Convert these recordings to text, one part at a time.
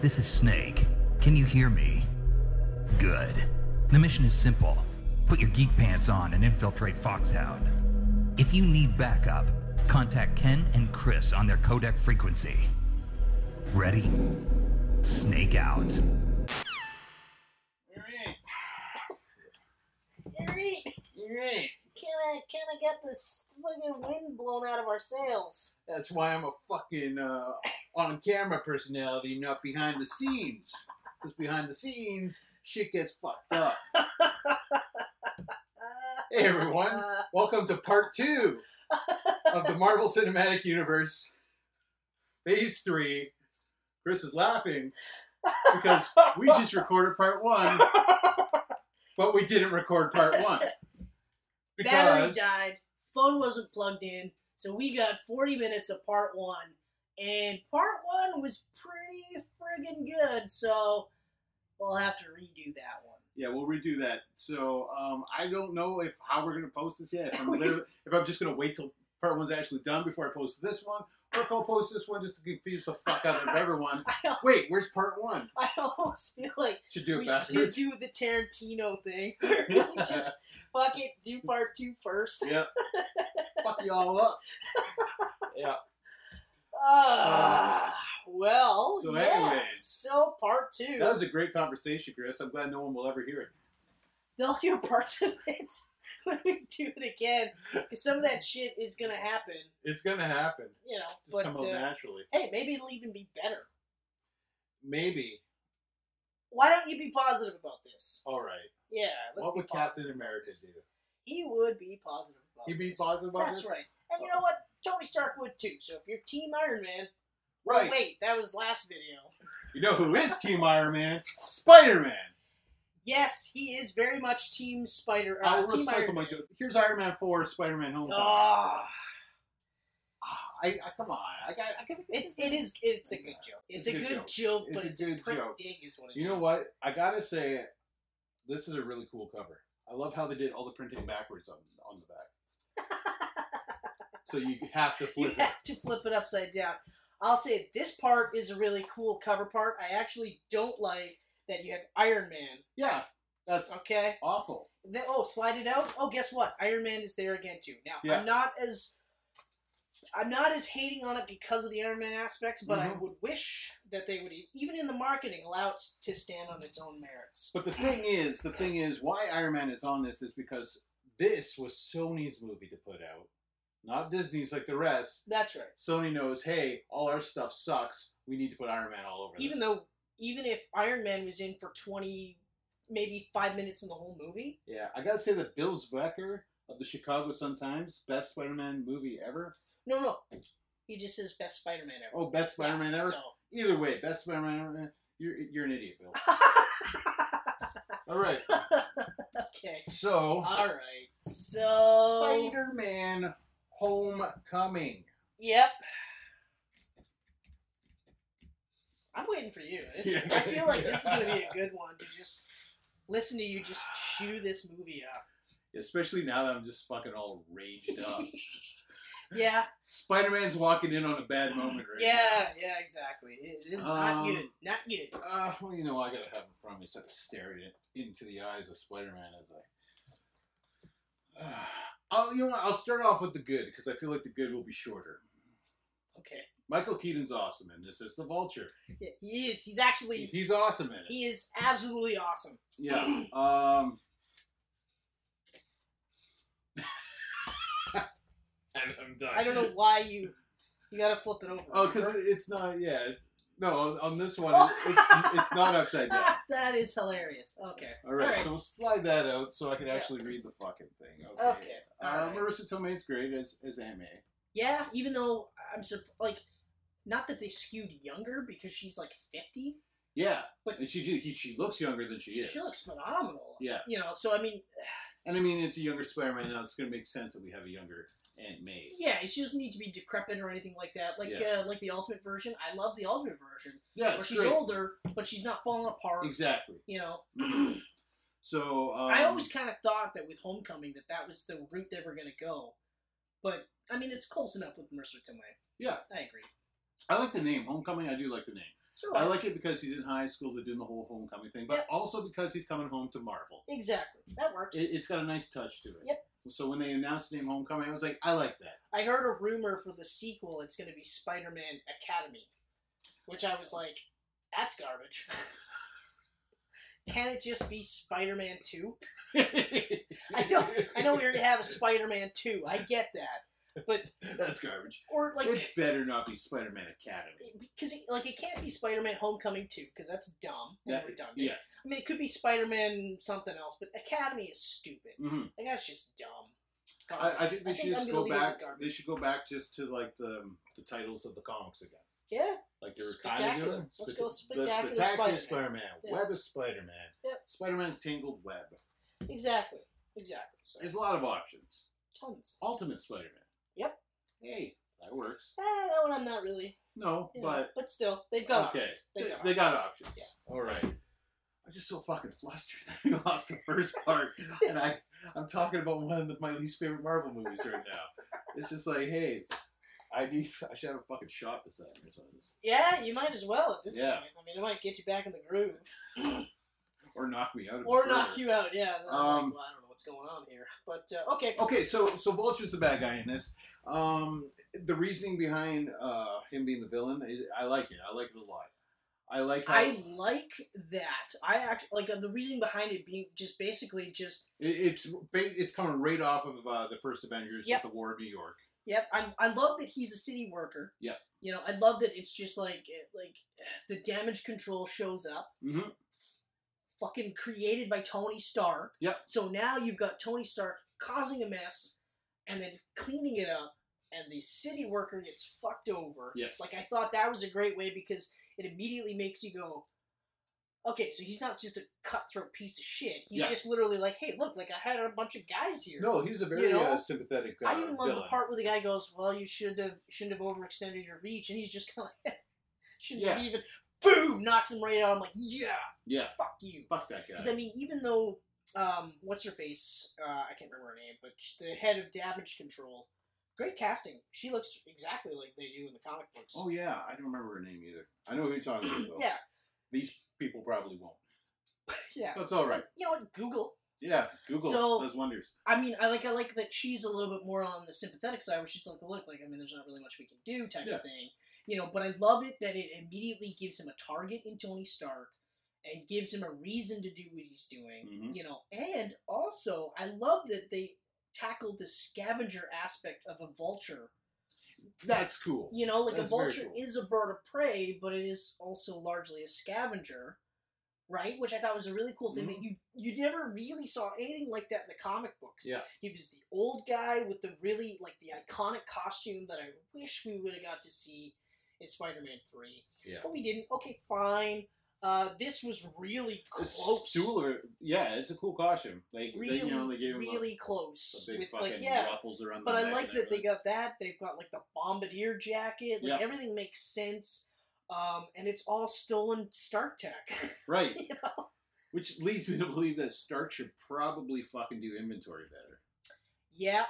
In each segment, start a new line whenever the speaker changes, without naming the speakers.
This is Snake. Can you hear me? Good. The mission is simple put your geek pants on and infiltrate Foxhound. If you need backup, contact Ken and Chris on their codec frequency. Ready? Snake out.
Alright,
Alright,
can I can I get this fucking wind blown out of our sails?
that's why I'm a fucking uh, on camera personality, not behind the scenes. Because behind the scenes, shit gets fucked up.
Uh,
Hey everyone,
uh,
welcome to part two of the Marvel Cinematic Universe, Phase 3. Chris is laughing because we just recorded part one, but we didn't record part one.
battery
Because
died, phone wasn't plugged in, so we got 40 minutes of part one. And part one was pretty friggin' good, so we'll have to redo that one.
Yeah, we'll redo that. So um, I don't know if how we're gonna post this yet. If I'm,
We-
literally- if I'm just gonna wait till part one's actually done before I post this one, or if I'll post this one just to confuse the fuck out of everyone.
I,
Wait, where's part one?
I almost feel like
Should do it
we should
backwards.
do the Tarantino thing. where we just fuck it, do part two first.
yeah. fuck y'all up.
Ah, well,
So
yeah.
anyways.
so part two.
That was a great conversation, Chris. I'm glad no one will ever hear it.
They'll hear parts of it when we do it again, because some of that shit is gonna happen,
It's gonna happen.
you know.
Just
But
come out
uh,
naturally.
hey, maybe it'll even be better.
Maybe.
Why don't you be positive about this?
All right.
Yeah, let's
What
be
would
positive.
Captain America do?
He would be positive about.
He'd be
this.
positive about
That's
this?
right. And you know what? Tony Stark would too. So if you're Team Iron Man, oh,
Right.
wait, that was last video.
You know who is Team Iron Man? Spider Man.
Yes, he is very much Team Spider. Uh,
I'll
Team Iron
recycle my
Man.
joke. Here's Iron Man 4, Spider Man Homecoming.
Ah.
Ah, I, I come on. I got. I got
It's it is it's a good joke. It's, a, good joke,
It's
but
a
it's
good
a prick
joke.
dig is what it
you know
is.
what? I gotta say, this is a really cool cover. I love how they did all the printing backwards on on the back. so you have to
You
flip it.
have to flip it upside down. I'll say this part is a really cool cover part. I actually don't like that you have Iron Man.
Yeah, that's
Okay.
awful.
Then, oh, slide it out. Oh, guess what? Iron Man is there again too. Now
Yeah.
I'm not as I'm not as hating on it because of the Iron Man aspects, but I
Mhm.
would wish that they would e, even in the marketing allow it to stand on its own merits.
But the thing is, the thing is, why Iron Man is on this is because this was Sony's movie to put out, not Disney's like the rest.
That's right.
Sony knows, hey, all our stuff sucks. We need to put Iron Man all over.
even
this.
though even if Iron Man was in for twenty, maybe five minutes in the whole movie,
Yeah, I gotta say that Bill Zwecker of the Chicago Sun Times, best Spider-Man movie ever.
no, no, he just says best Spider Man ever.
Oh, best Spider-Man ever.
So,
Either way, best Spider-Man ever. eh, You're you're an idiot, Bill. all right,
okay,
so
all right. So,
Spider-Man Homecoming.
yep. I'm waiting for you. This,
Yeah.
I feel like this is gonna be a good one to just listen to you just chew this movie up.
Especially now that I'm just fucking all raged up.
Yeah,
Spider Man's walking in on a bad moment right
yeah, yeah. Exactly. It is not
Um,
good. Not good.
now. Uh, well, you know, I gotta have it from me, so I can stare at it into the eyes of Spider Man as I. Uh, I'll, you know what? I'll start off with the good because I feel like the good will be shorter.
Okay.
Michael Keaton's awesome in this. It's the Vulture.
Yeah, he is. He's actually
He's awesome in it.
He is absolutely awesome.
Yeah. Um. I'm I'm done.
I don't know why you you gotta flip it over.
Oh, because it's not. Yeah. It's, no, on this one, it's, it's not upside down.
that is hilarious. Okay.
All right,
All right.
so we'll slide that out so I can actually read the fucking thing. Okay.
Okay.
Uh,
All right.
Marissa Tomei's great as as Aunt May.
Yeah, even though I'm sur- like, not that they skewed younger because she's like 50.
Yeah,
But-
and she she- she looks younger than she is.
She looks phenomenal.
Yeah.
You know, so I mean,
and I mean it's a younger Spider-Man now. It's gonna make sense that we have a younger Aunt May.
yeah, she doesn't need to be decrepit or anything like that. Like, uh, like the Ultimate version. I love the Ultimate version.
Yeah,
where
it's
she's
great.
older, but she's not falling apart.
Exactly.
You know,
So um,
I always kind of thought that with Homecoming that that was the route they were going to go, but I mean it's close enough with Mercer Timway.
yeah
I agree.
I like the name Homecoming. I do like the name.
Sure.
I like it because he's in high school. They're doing the whole homecoming thing, but
Yep.
also because he's coming home to Marvel.
exactly. That works.
It, it's got a nice touch to it.
Yep.
So when they announced the name Homecoming, I was like, I like that.
I heard a rumor for the sequel. It's going to be Spider-Man Academy, which I was like, that's garbage. Can it just be Spider-Man Two? I know- I know we already have a Spider-Man Two. I get that, but
That's garbage.
or like
it better not be Spider-Man Academy.
because like it can't be Spider-Man Homecoming Two because that's dumb and
That-
redundant.
yeah.
I mean, it could be Spider-Man something else, but Academy is stupid.
hmm
Like that's just dumb.
I,
Garbage.
I think they should
I'm
just
gonna
go
leave it with
back.
garbage.
They should go back just to like the the titles of the comics again.
Yeah,
Like they were kind of
Spectacular.
doing.
Let's go with
the
Spectacular
spectacular
Spider-Man.
Spider-Man.
Yeah.
Web of Spider-Man.
Yep.
Spider-Man's tangled web.
exactly, exactly. So,
There's a lot of options.
tons.
Ultimate Spider-Man.
Yep.
Hey, that works.
Eh, that one I'm not really.
No,
you know,
but
but still, they've got
okay,
options. They've got
they got
options.
options. All right. I'm just so fucking flustered that we lost the first part, and I I'm talking about one of the, my least favorite Marvel movies right now. It's just like, hey, I need I should have a fucking shot this afternoon or something,
Yeah, you might as well at this
Yeah.
point. I mean, it might get you back in the groove
or knock me out. of it
or
further.
knock you out. Yeah. then I'm
Um,
like, well, I don't know what's going on here, but uh, okay.
Okay, so so Vulture's the bad guy in this. Um, the reasoning behind uh, him being the villain, I, I like it. I like it a lot. I like how
I like that. I act like uh, the reason behind it being just basically just
It- It's ba- it's coming right off of uh, the first Avengers
Yep.
with the War of New York.
Yep, I, I love that he's a city worker.
Yeah.
You know, I love that it's just like eh, like eh, the damage control shows up,
Mhm.
fucking created by Tony Stark.
Yeah.
So now you've got Tony Stark causing a mess, and then cleaning it up, and the city worker gets fucked over.
Yes.
Like I thought that was a great way because it immediately makes you go. Okay, so he's not just a cutthroat piece of shit. He's
Yeah.
just literally like, "Hey, look, like I had a bunch of guys here."
No, he was a very
You know?
uh, sympathetic guy.
I even love the part where the guy goes, "Well, you should have shouldn't have overextended your reach," and he's just kind of like, "Shouldn't have even." Boom! Knocks him right out. I'm like, "Yeah,
Yeah,
fuck you."
fuck that guy.
Because I mean, even though um, what's her face? Uh, I can't remember her name, but she's the head of damage control. Great casting. She looks exactly like they do in the comic books.
Oh yeah, I don't remember her name either. I know who you're talking about. Though.
yeah,
These people probably won't.
yeah.
That's all right.
But you know what? Google.
Yeah, Google
So-
does wonders.
I mean, I like I like that she's a little bit more on the sympathetic side, where she's like, "Look, like I mean, there's not really much we can do," type
Yeah.
of thing, you know. But I love it that it immediately gives him a target in Tony Stark, and gives him a reason to do what he's doing,
Mhm.
you know. And also, I love that they tackled the scavenger aspect of a vulture.
That's cool.
You know, like a
That's very
vulture
cool.
is a bird of prey, but it is also largely a scavenger, right? Which I thought was a really cool
Mm-hmm.
thing that you you never really saw anything like that in the comic books.
Yeah.
he was the old guy with the really like the iconic costume that I wish we would have got to see in Spider-Man Three,
Yeah.
but we didn't. Okay, fine. Uh, this was really
It's
close.
cooler. Yeah, it's a cool costume. Like
Really,
they, you know, they gave him a-
really
a,
close.
big
with
fucking
like yeah,
ruffles around.
but
the
I
neck
like
and
that they
everything.
got that. They've got like the bombardier jacket.
Yeah.
Like everything makes sense. Um, and it's all stolen Stark tech.
right.
you
Which leads me to believe that Stark should probably fucking do inventory better.
yeah,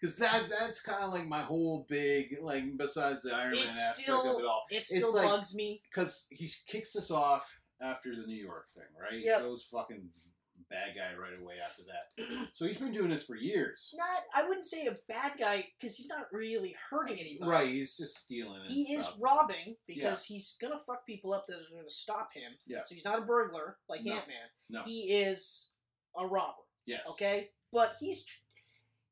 Because that that's kind of like my whole big like besides the Iron Man
It's
aspect
still-
of it all.
it still
like-
bugs me.
Because he kicks us off after the New York thing, right?
Yep.
He goes fucking bad guy right away after that. so he's been doing this for years,
Not, I wouldn't say a bad guy because he's not really hurting anybody.
right? He's just stealing. And
He is
stuff.
robbing because he's gonna fuck people up that are gonna stop him.
Yeah.
So he's not a burglar like
No.
Ant Man.
No.
He is a robber.
yes.
okay but he's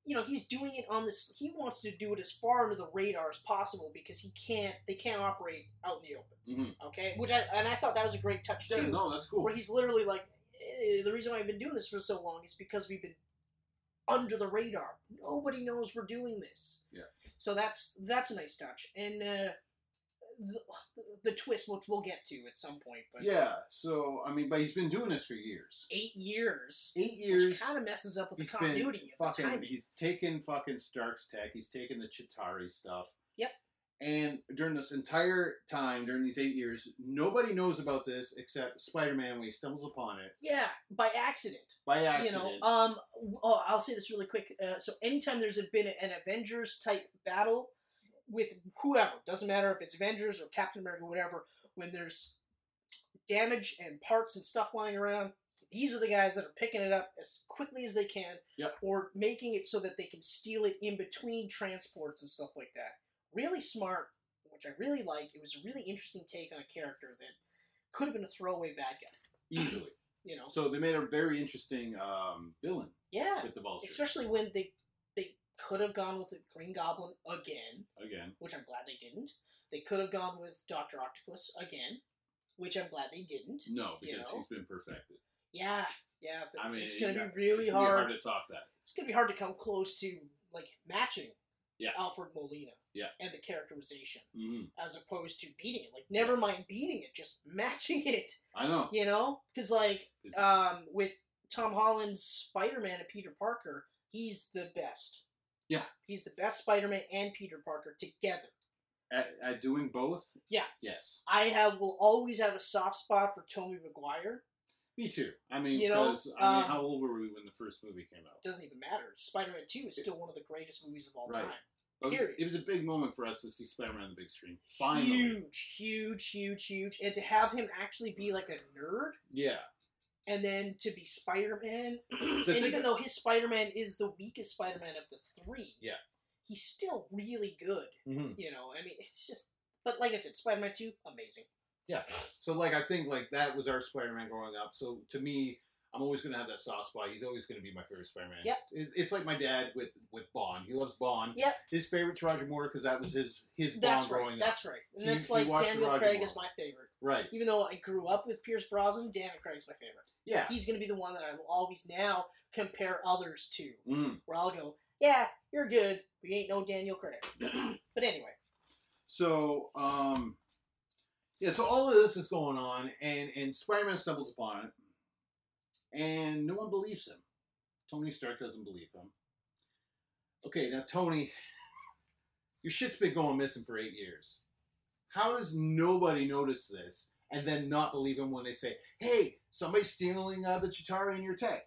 you know he's doing it on this he wants to do it as far under the radar as possible because he can't they can't operate out in the open
Mhm.
okay which i and i thought that was a great touch
Yeah,
too
no, that's cool.
where he's literally like "Eh, the reason why i've been doing this for so long is because we've been under the radar nobody knows we're doing this
Yeah.
so that's that's a nice touch and uh the, the twist which we'll get to at some point but
yeah. So I mean, but he's been doing this for years.
eight years
Eight
which
years.
kind of messes up with
He's
the
been
continuity of the
fucking
timing
he's taken fucking Stark's tech, he's taken the Chitari stuff.
Yep.
And during this entire time, during these eight years, nobody knows about this except Spider Man when he stumbles upon it
Yeah, by accident.
by accident.
You know, um, w- oh, I'll say this really quick. Uh, so anytime there's been an Avengers type battle with whoever, doesn't matter if it's Avengers or Captain America, whatever, when there's damage and parts and stuff lying around, these are the guys that are picking it up as quickly as they can
Yep.
or making it so that they can steal it in between transports and stuff like that. Really smart, which I really liked. It was a really interesting take on a character that could have been a throwaway bad guy,
easily.
you know?
So they made a very interesting um, villain
Yeah.
with the Vulture
Especially when they they could have gone with the Green Goblin again,
again.
which I'm glad they didn't. They could have gone with Doctor Octopus again, which I'm glad they didn't.
No,
You
because
know?
he's been perfected.
Yeah, yeah. th-
I mean,
it's gonna
yeah,
be really
it's gonna
hard.
to top that.
It's gonna be hard to come close to like matching
Yeah.
Alfred Molina.
Yeah.
And the characterization,
Mhm.
as opposed to beating it. Like, never mind beating it, just matching it.
I know.
You know, because like
It's-
um, with Tom Holland's Spider Man and Peter Parker, he's the best.
Yeah.
He's the best Spider Man and Peter Parker together.
at, at doing both.
Yeah.
Yes.
I have will always have a soft spot for Tobey Maguire.
Me too. I mean,
You know,
because I mean,
um,
how old were we when the first movie came out?
Doesn't even matter. Spider Man 2 is still one of the greatest movies of all
Right.
time.
It was,
period.
it was a big moment for us to see Spider-Man on the big screen. Finally.
Huge, huge, huge, huge. And to have him actually be like a nerd
Yeah.
and then to be Spider Man.
So
and
think-
even though his Spider Man is the weakest Spider Man of the three,
Yeah.
he's still really good.
Mhm.
you know, I mean, it's just. But like I said, Spider Man Two, amazing.
Yeah. So like I think like that was our Spider-Man growing up. So to me, I'm always gonna have that soft spot. He's always gonna be my favorite Spider-Man.
Yep.
It's, it's like my dad with with Bond. He loves Bond.
Yep.
His favorite Roger Moore because that was his his
That's
Bond
right.
growing up.
That's right. And
He-
that's
he
like
watched
Daniel
Roger
Craig
Moore.
is my favorite.
Right.
Even though I grew up with Pierce Brosnan, Daniel Craig's my favorite.
Yeah.
He's going to be the one that I will always now compare others to,
Mm.
where I'll go, yeah, you're good, but you ain't no Daniel Craig. but anyway,
So um, yeah. So all of this is going on, and and Spider-Man stumbles upon it, and no one believes him. Tony Stark doesn't believe him. Okay, now Tony, your shit's been going missing for eight years. How does nobody notice this and then not believe him when they say, "Hey, somebody's stealing uh, the Chitari in your tech"?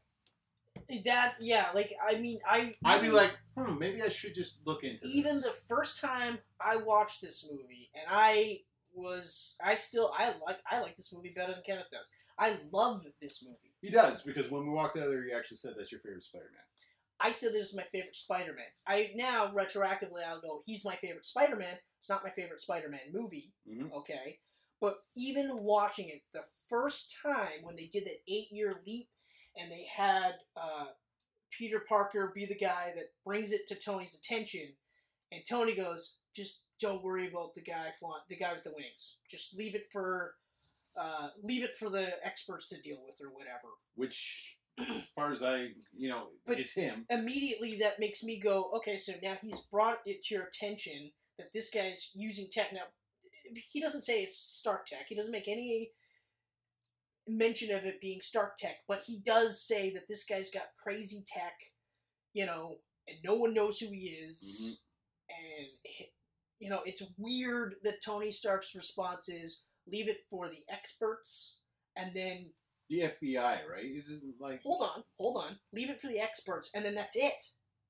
that, yeah, like, I mean, I.
I'd be like, "Hmm, maybe I should just look into this."
even the first time I watched this movie, and I was, I still, I like, I like this movie better than Kenneth does. I love this movie.
he does because when we walked out of there, you actually said that's your favorite Spider-Man.
I said this is my favorite Spider-Man. I now retroactively I'll go, he's my favorite Spider-Man. It's not my favorite Spider-Man movie,
Mhm.
okay? But even watching it the first time when they did that eight-year leap and they had uh, Peter Parker be the guy that brings it to Tony's attention, and Tony goes, "Just don't worry about the guy flying, the guy with the wings. Just leave it for." Uh, leave it for the experts to deal with or whatever.
which as far as I you know,
But-
it's him.
immediately that makes me go, okay, so now he's brought it to your attention that this guy's using tech. Now, he doesn't say it's Stark Tech. He doesn't make any mention of it being Stark Tech, but he does say that this guy's got crazy tech, you know, and no one knows who he is. And, he- you know, it's weird that Tony Stark's response is leave it for the experts and then
The FBI, right? He's just like
hold on, hold on, leave it for the experts, and then that's it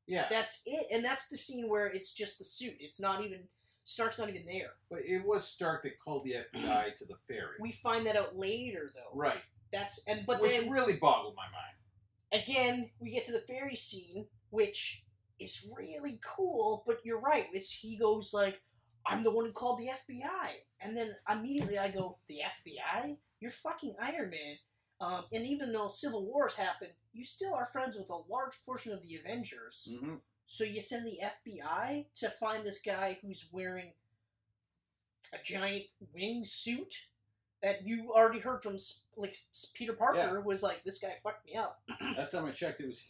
yeah,
that's it and that's the scene where it's just the suit it's not even stark's not even there
but it was Stark that called the FBI to the ferry,
we find that out later though
right?
that's and but
which
then
really boggled my mind.
again we get to the fairy scene which is really cool but you're right it's he goes like i'm the one who called the fbi and then immediately i go the fbi you're fucking iron man um, and even though civil wars happen you still are friends with a large portion of the avengers
Mm-hmm.
So you send the FBI to find this guy who's wearing a giant wing suit that you already heard from, S- like S- Peter Parker was like, "This guy fucked me up."
Last time I checked, it was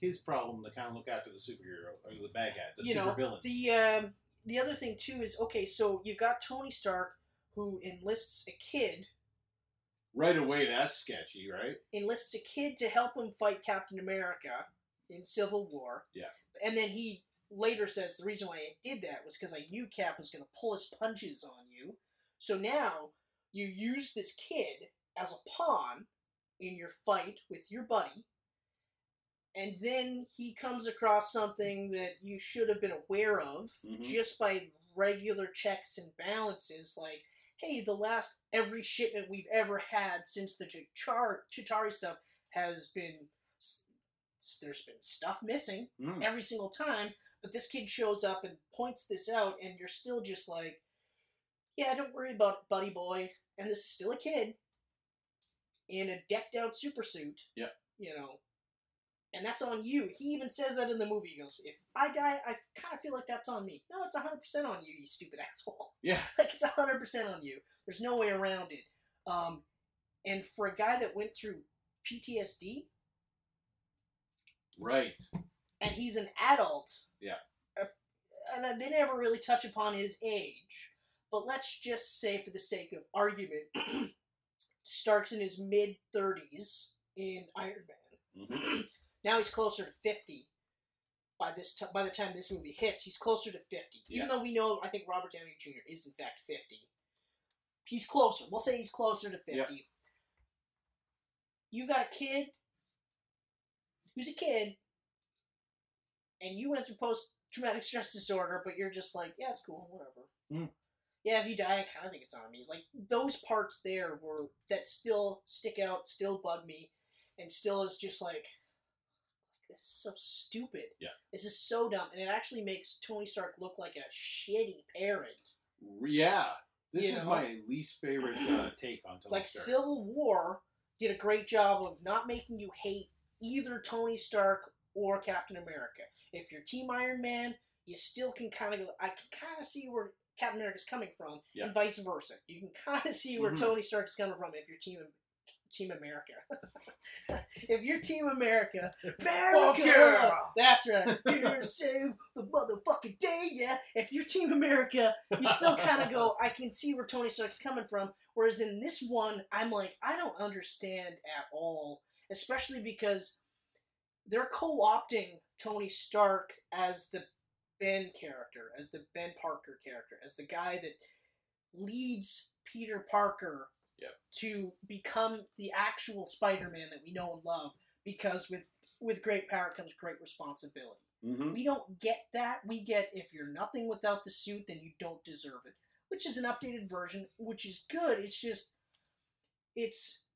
his problem to kind of look after the superhero or the bad guy, the
you
super
know,
villain.
the um, the other thing too is okay. So you've got Tony Stark who enlists a kid,
right away, that's sketchy, right?
enlists a kid to help him fight Captain America in Civil War.
Yeah.
and then he later says the reason why I did that was because I knew Cap was going to pull his punches on you. So now you use this kid as a pawn in your fight with your buddy, and then he comes across something that you should have been aware of
Mhm.
just by regular checks and balances, like, hey, the last every shipment we've ever had since the Char- Chitari stuff has been s- there's been stuff missing
Mm.
every single time. But this kid shows up and points this out, and you're still just like, yeah, don't worry about it, buddy boy. And this is still a kid in a decked out supersuit.
Yep.
You know, and that's on you. He even says that in the movie. He goes, if I die, I kind of feel like that's on me. No, it's 100% on you, you stupid asshole.
Yeah.
like, it's 100% on you. There's no way around it. Um, and for a guy that went through PTSD,
Right.
and he's an adult.
Yeah.
Uh, And uh, they never really touch upon his age. But let's just say, for the sake of argument, Stark's in his mid 30s in Iron Man.
Mhm.
Now he's closer to 50. By this, t- by the time this movie hits, he's closer to 50.
Yeah.
Even though we know, I think Robert Downey Jr. is in fact 50. He's closer. We'll say he's closer to 50.
Yeah.
You got a kid who's a kid and you went through post traumatic stress disorder, but you're just like, yeah, it's cool, whatever.
Mm.
Yeah, if you die, I kind of think it's on me. Like those parts there were that still stick out, still bug me, and still is just like, this is so stupid.
Yeah.
this is so dumb, and it actually makes Tony Stark look like a shitty parent.
Yeah. This
You
is
know?
my least favorite uh, take on Tony
like
Stark.
Civil War did a great job of not making you hate either Tony Stark or Captain America. If you're Team Iron Man, you still can kind of go, I can kind of see where Captain America's coming from,
Yeah.
and vice versa. You can kind of see where
Mhm.
Tony Stark's coming from if you're Team Team America. if you're Team America, America,
yeah!
that's right. You're save the motherfucking day, yeah. If you're Team America, you still kind of go, I can see where Tony Stark's coming from. Whereas in this one, I'm like, I don't understand at all, especially because they're co opting Tony Stark as the Ben character, as the Ben Parker character, as the guy that leads Peter Parker
Yep.
to become the actual Spider Man that we know and love. Because with, with great power comes great responsibility.
Mhm.
We don't get that. We get if you're nothing without the suit, then you don't deserve it, which is an updated version, which is good. It's just, it's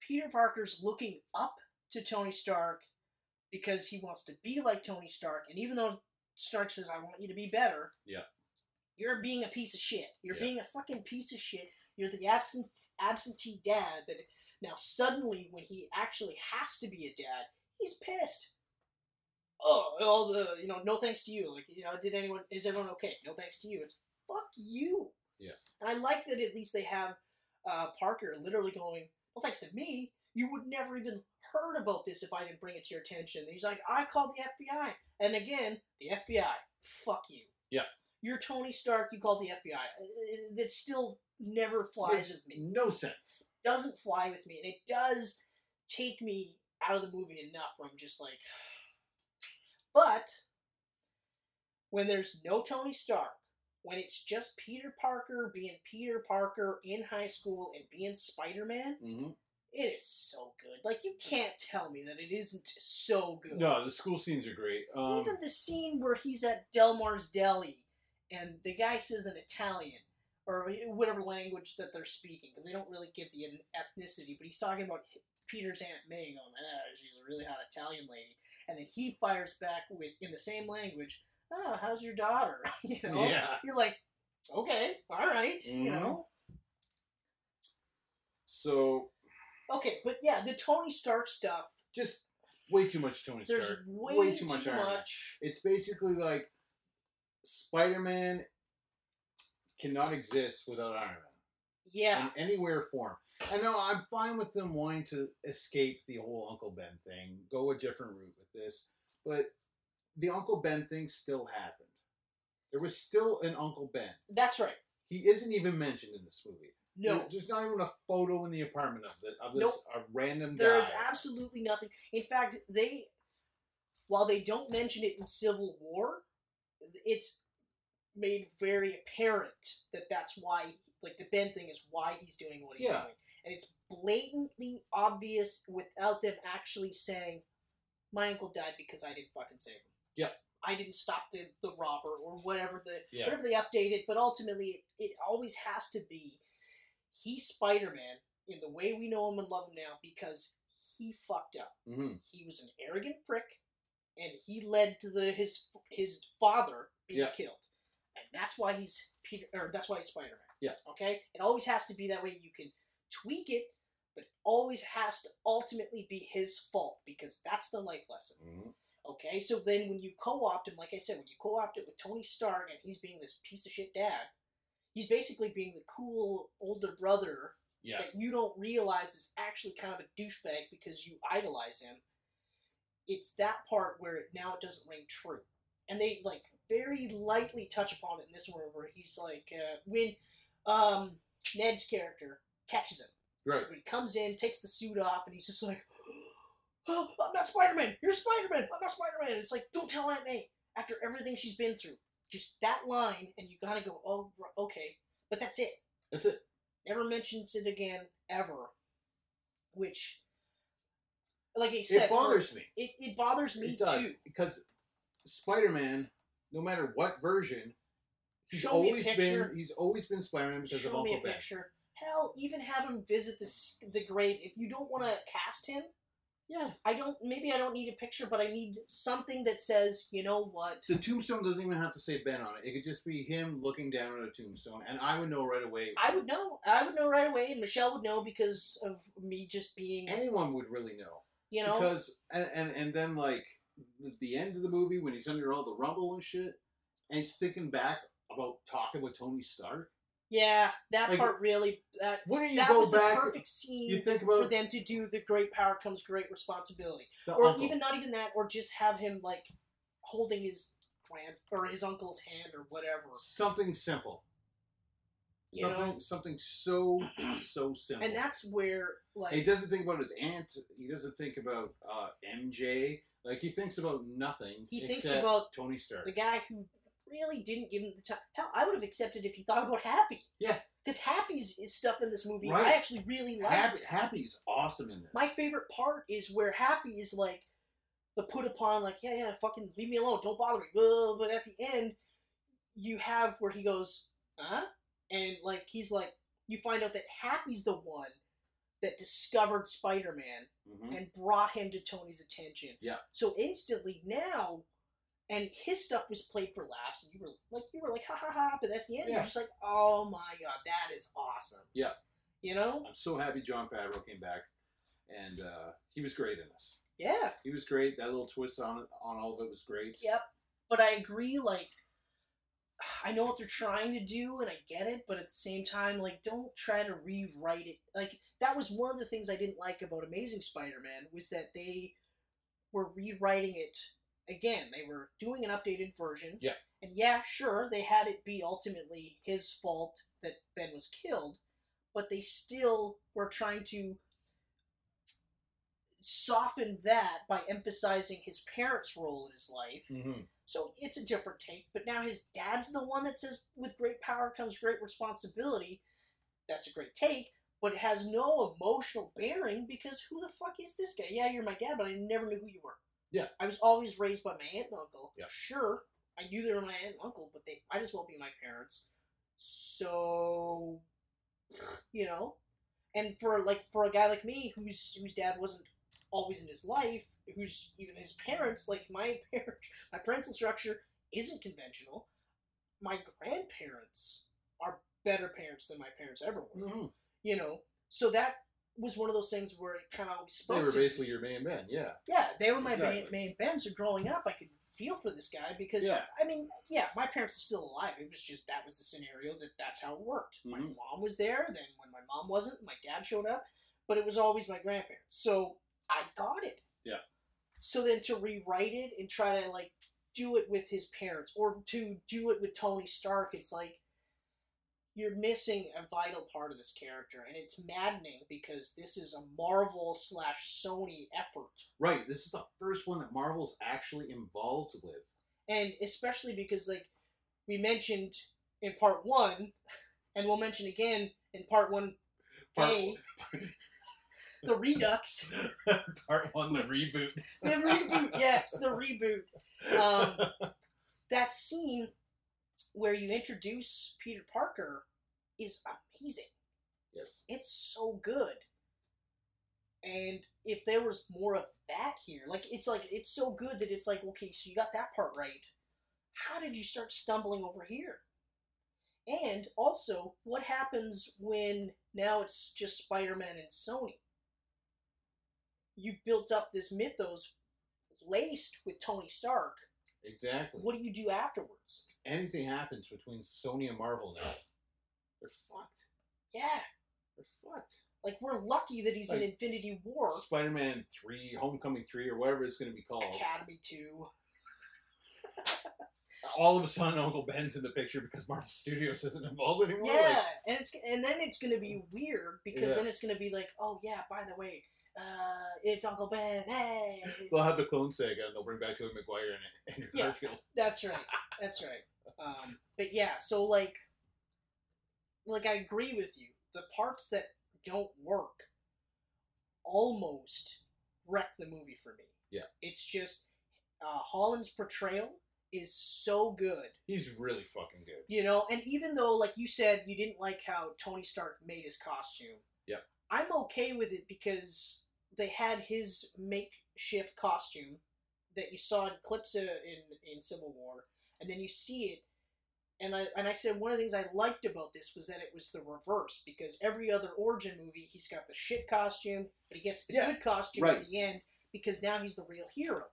Peter Parker's looking up to Tony Stark because he wants to be like Tony Stark, and even though Stark says, "I want you to be better,"
Yeah.
you're being a piece of shit. You're
Yeah.
being a fucking piece of shit. You're the absent absentee dad that now suddenly, when he actually has to be a dad, he's pissed oh, all the, you know, no thanks to you. Like, you know, did anyone, is everyone okay? No thanks to you. It's fuck you.
Yeah.
And I like that at least they have uh, Parker literally going, no thanks to me. You would never even heard about this if I didn't bring it to your attention. And he's like, I called the FBI. And again, the FBI. Fuck you.
Yeah.
You're Tony Stark. You called the FBI. Uh, That still never flies
Makes
with me
no sense.
doesn't fly with me, and it does take me out of the movie enough where I'm just like, but when there's no Tony Stark, when it's just Peter Parker being Peter Parker in high school and being Spider Man,
Mhm.
it is so good. Like you can't tell me that it isn't so good.
No, the school scenes are great. Um,
Even the scene where he's at Delmar's Deli and the guy says in Italian or whatever language that they're speaking because they don't really give the en- ethnicity, but he's talking about Peter's Aunt May and going, ah, she's a really hot Italian lady. And then he fires back with, in the same language, oh, how's your daughter? you know?
Yeah.
You're like, okay, all right, you
Mhm.
know?
So
Okay, but yeah, the Tony Stark stuff,
just way too much Tony
there's
Stark.
way, too much.
Iron Man. It's basically like Spider Man cannot exist without Iron Man
yeah.
in any way or form. I know I'm fine with them wanting to escape the whole Uncle Ben thing, go a different route with this, but the Uncle Ben thing still happened. There was still an Uncle Ben.
That's right.
He isn't even mentioned in this movie.
No.
There- there's not even a photo in the apartment of, the, of this
Nope.
a random guy.
There is absolutely nothing. In fact, they, while they don't mention it in Civil War, it's made very apparent that that's why, like the Ben thing is why he's doing what he's
Yeah.
doing, and it's blatantly obvious without them actually saying, "My uncle died because I didn't fucking save him."
Yeah.
I didn't stop the, the robber or whatever the
Yeah.
whatever they updated, but ultimately it, it always has to be he's Spider Man in the way we know him and love him now because he fucked up.
Mm-hmm.
He was an arrogant prick, and he led to the his his father being
Yeah.
killed, and that's why he's Peter, or that's why he's Spider Man.
Yeah.
Okay. It always has to be that way. You can tweak it, but it always has to ultimately be his fault because that's the life lesson. Okay, so then when you co-opt him, like I said, when you co-opt it with Tony Stark and he's being this piece of shit dad, he's basically being the cool older brother
Yeah.
that you don't realize is actually kind of a douchebag because you idolize him. It's that part where it, now it doesn't ring true, and they like very lightly touch upon it in this one where he's like uh, when um, Ned's character catches him
Right.
when he comes in, takes the suit off, and he's just like, oh, I'm not Spider Man! You're Spider Man! I'm not Spider Man! It's like, don't tell Aunt May after everything she's been through. Just that line, and you gotta go, oh, r- okay. But that's it.
That's it.
Never mentions it again, ever. Which, like I said,
It bothers me.
it, it bothers me
It does
too.
because Spider-Man, no matter what version, he's
Show me a
always
picture.
been he's always been Spider-Man because of
Show me a
Uncle Ben.
picture. Hell, even have him visit this, the grave. If you don't want to cast him,
Yeah,
I don't. Maybe I don't need a picture, but I need something that says, you know what?
the tombstone doesn't even have to say Ben on it. It could just be him looking down at a tombstone, and I would know right away.
I would know. I would know right away, and Michelle would know because of me just being,
Anyone would really know
you know,
because and, and and then like the- the end of the movie when he's under all the rubble and shit, and he's thinking back about talking with Tony Stark.
yeah, that
like-
part really. That
Wouldn't you
that
go
was
back?
the perfect scene
you think
for
about
them to do the great power comes great responsibility,
the
or
uncle.
even not even that, or just have him like holding his grand or his uncle's hand or whatever.
something simple.
You
Something
know?
something so so simple.
And that's where like
he doesn't think about his aunt. He doesn't think about uh, MJ. Like he thinks about nothing.
he thinks
except
about
Tony Stark.
the guy who really didn't give him the time. Hell, I would have accepted if he thought about Happy.
Yeah.
Because Happy's is stuff in this movie I
Right.
actually really liked.
Happy, Happy's awesome in this.
My favorite part is where Happy is like the put upon, like, yeah, yeah, fucking leave me alone, don't bother me. Blah, But at the end, you have where he goes, huh? And like, he's like, you find out that Happy's the one that discovered Spider Man
Mhm.
and brought him to Tony's attention.
Yeah.
So instantly now, and his stuff was played for laughs, and you were like, you were like, ha ha ha, but at the end
Yeah.
you're just like, oh my god, that is awesome.
Yeah.
You know?
I'm so happy John Favreau came back, and uh, he was great in this.
Yeah.
He was great. That little twist on on all of it was great.
Yep. But I agree. Like, I know what they're trying to do, and I get it. But at the same time, like, don't try to rewrite it. Like, that was one of the things I didn't like about Amazing Spider-Man was that they were rewriting it again. They were doing an updated version.
Yeah.
And yeah, sure, they had it be ultimately his fault that Ben was killed, but they still were trying to soften that by emphasizing his parents' role in his life.
Mm-hmm.
So it's a different take, but now his dad's the one that says, with great power comes great responsibility. That's a great take, but it has no emotional bearing because who the fuck is this guy? Yeah, you're my dad, but I never knew who you were.
Yeah.
I was always raised by my aunt and uncle.
Yeah.
Sure, I knew they were my aunt and uncle, but they might as well be my parents. So, you know, and for like for a guy like me whose whose dad wasn't always in his life, who's even his parents, like my parent, my parental structure isn't conventional. My grandparents are better parents than my parents ever were.
hmm
You know, so that was one of those things where it kind of always spoke.
They were
to me.
basically your main men. Yeah.
yeah, they were my
Exactly.
main, main Ben. So growing up, I could feel for this guy because
Yeah.
I mean, yeah, my parents are still alive. It was just that was the scenario that that's how it worked. My
Mhm.
mom was there, then when my mom wasn't, my dad showed up, but it was always my grandparents. So I got it.
Yeah.
So then to rewrite it and try to like do it with his parents or to do it with Tony Stark, it's like you're missing a vital part of this character, and it's maddening because this is a Marvel slash Sony effort.
Right. This is the first one that Marvel's actually involved with.
and especially because like we mentioned in part one and we'll mention again in part one
Part
A, the redux
Part one, the reboot.
the reboot yes the reboot um, that scene where you introduce peter parker is amazing
Yes.
It's so good. And if there was more of that here, like it's like it's so good that it's like, okay, so you got that part right. How did you start stumbling over here? And also, what happens when now it's just Spider-Man and Sony? You built up this mythos laced with Tony Stark.
Exactly.
What do you do afterwards?
Anything happens between Sony and Marvel now, they're fucked.
Yeah,
They're fucked.
like we're lucky that he's in
Like-
Infinity War,
Spider-Man three, Homecoming three, or whatever it's going to be called.
Academy Two.
All of a sudden, Uncle Ben's in the picture because Marvel Studios isn't involved anymore.
Yeah,
Like,
and it's and then it's gonna be weird because
Yeah.
then it's gonna be like, oh yeah, by the way, uh, it's Uncle Ben. Hey,
they'll have the Clone Saga, and they'll bring back Tobey Maguire and Andrew
Yeah.
Garfield.
that's right, that's right. Um, but yeah, so like, like I agree with you. The parts that don't work almost wreck the movie for me.
Yeah.
it's just uh, Holland's portrayal is so good.
He's really fucking good.
You know, and even though, like you said, you didn't like how Tony Stark made his costume.
Yep.
I'm okay with it because they had his makeshift costume that you saw in clips of, in in Civil War, and then you see it. And I and I said one of the things I liked about this was that it was the reverse because every other origin movie he's got the shit costume, but he gets the
Yeah,
good costume
right.
at the end because now he's the real hero.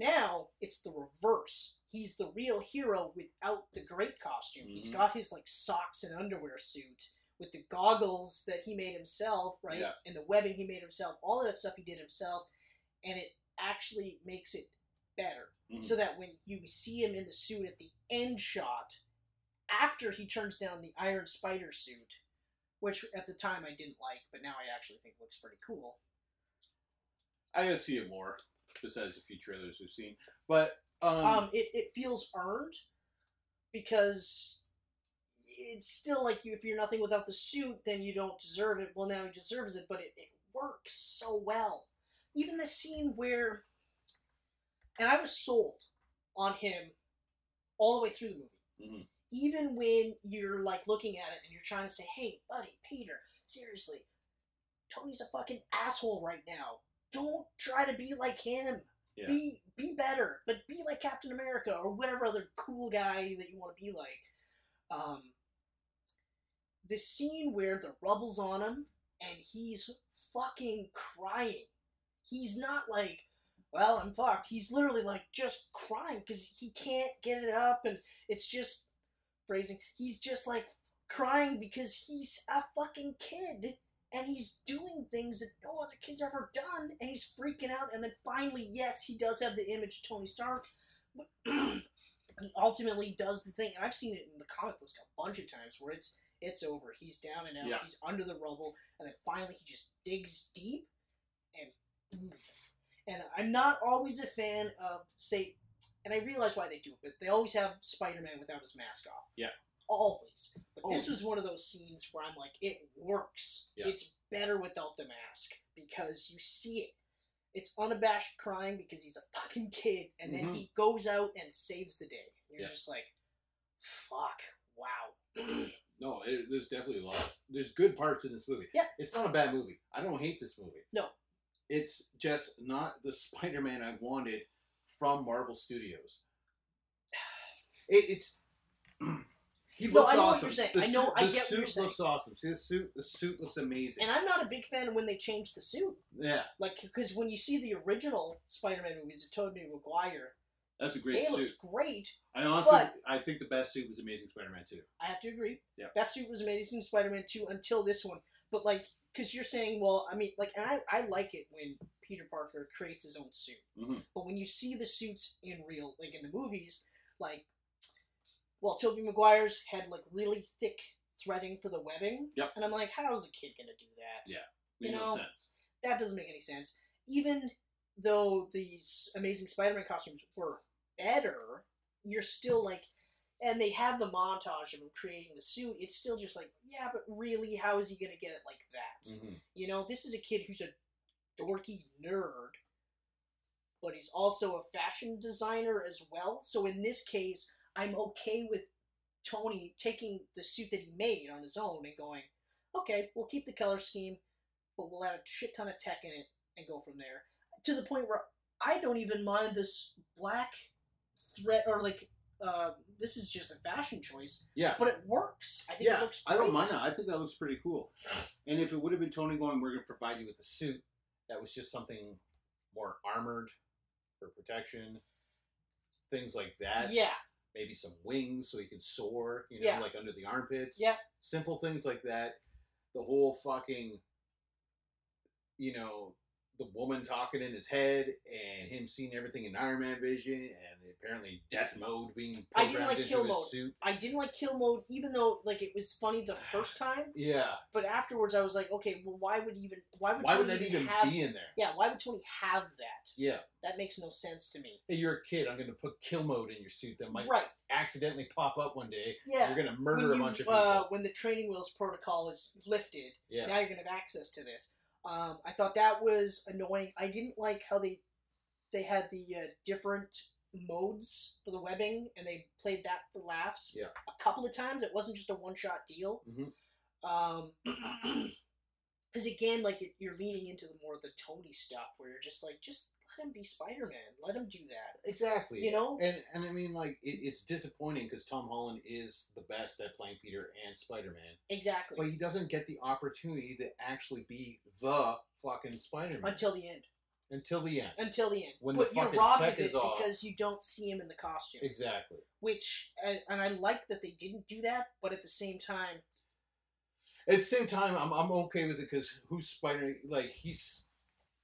Now it's the reverse. He's the real hero without the great costume. He's
Mhm.
got his like socks and underwear suit with the goggles that he made himself, right?
Yeah.
And the webbing he made himself. All of that stuff he did himself, and it actually makes it better.
Mhm.
So that when you see him in the suit at the end shot, after he turns down the Iron Spider suit, which at the time I didn't like, but now I actually think looks pretty cool.
I gotta see it more, besides a few trailers we've seen. But um,
um, it, it feels earned because it's still like you, if you're nothing without the suit, then you don't deserve it. Well, now he deserves it, but it, it works so well. Even the scene where, and I was sold on him all the way through the movie.
Mhm.
Even when you're like looking at it and you're trying to say, "Hey, buddy, Peter, seriously, Tony's a fucking asshole right now. Don't try to be like him."
Yeah.
Be be better, but be like Captain America or whatever other cool guy that you want to be like. Um, the scene where the rubble's on him and he's fucking crying. He's not like, well, I'm fucked. He's literally like just crying because he can't get it up, and it's just phrasing. He's just like crying because he's a fucking kid and he's doing things that no other kid's ever done, and he's freaking out. And then finally, yes, he does have the image of Tony Stark, but he ultimately does the thing. And I've seen it in the comic books a bunch of times where it's it's over. He's down and out.
Yeah.
He's under the rubble, and then finally he just digs deep, and oof. and I'm not always a fan of say, and I realize why they do it, but they always have Spider-Man without his mask off.
Yeah.
Always. But
Oh,
this was one of those scenes where I'm like, it works.
Yeah.
It's better without the mask because you see it. It's unabashed crying because he's a fucking kid, and then
Mhm.
he goes out and saves the day. You're
Yeah.
just like, fuck, wow.
No, it, there's definitely a lot. There's good parts in this movie.
Yeah.
It's not a bad movie. I don't hate this movie.
No.
It's just not the Spider Man I wanted from Marvel Studios. It, it's. he
No,
looks
I know what
awesome.
you're saying.
The
I know-
suit-
I
the
get what
suit
you're saying.
looks awesome. See the suit. The suit looks amazing.
and I'm not a big fan of when they change the suit.
yeah,
Like, because when you see the original Spider Man movies of Tobey Maguire,
that's a great
they
suit.
looked great.
I honestly,
but-
I think the best suit was Amazing Spider Man too.
I have to agree.
Yeah.
Best suit was amazing Spider-Man 2 until this one. But like cuz you're saying, well, I mean, like and I, I like it when Peter Parker creates his own suit.
Mhm.
But when you see the suits in real like in the movies, like well, Tobey Maguire's had like really thick threading for the webbing.
Yep.
And I'm like, how is a kid going to do that?
Yeah. Made
You
no
know,
sense.
that doesn't make any sense. Even though these Amazing Spider-Man costumes were better, you're still like, and they have the montage of him creating the suit. It's still just like, yeah, but really, how is he gonna get it like that?
Mhm.
You know, this is a kid who's a dorky nerd, but he's also a fashion designer as well. So in this case, I'm okay with Tony taking the suit that he made on his own and going, okay, we'll keep the color scheme, but we'll add a shit ton of tech in it and go from there. To the point where I don't even mind this black thread or like uh, this is just a fashion choice,
Yeah.
but it works. I think
yeah,
it looks.
I don't
great.
mind that. I think that looks pretty cool. And if it would have been Tony going, we're going to provide you with a suit that was just something more armored for protection, things like that.
Yeah,
Maybe some wings so he can soar, you know,
Yeah.
like under the armpits.
Yeah.
Simple things like that. The whole fucking, you know, the woman talking in his head and him seeing everything in Iron Man vision and apparently death mode being
I didn't
programmed
like
into
kill
his
mode.
suit.
I didn't like kill mode, even though like it was funny the first time,
Yeah.
but afterwards I was like, okay, well, why would even why would
Why
Tony
would that even
have,
be in there?
Yeah, why would Tony have that?
Yeah.
That makes no sense to me.
Hey, you're a kid. I'm going to put kill mode in your suit that might
right?
accidentally pop up one day.
Yeah.
You're going to murder
when
a
you,
bunch of people.
uh, when the training wheels protocol is lifted,
yeah.
now you're gonna have access to this. Um, I thought that was annoying. I didn't like how they they had the uh, different modes for the webbing, and they played that for laughs.
Yeah.
a couple of times. It wasn't just a one shot deal.
Mhm.
Um, because again, like it, you're leaning into the more of the Tony stuff, where you're just like, just let him be Spider Man, let him do that.
exactly.
You know?
And and I mean, like, it, it's disappointing because Tom Holland is the best at playing Peter and Spider Man,
Exactly.
but he doesn't get the opportunity to actually be the fucking Spider Man
until the end.
until the end.
Until the end.
When the
but you're
fucking
robbed
tech
of it
is off.
because you don't see him in the costume.
Exactly.
which and, and I like that they didn't do that, but at the same time,
At the same time, I'm, I'm okay with it because who's Spider? Like he's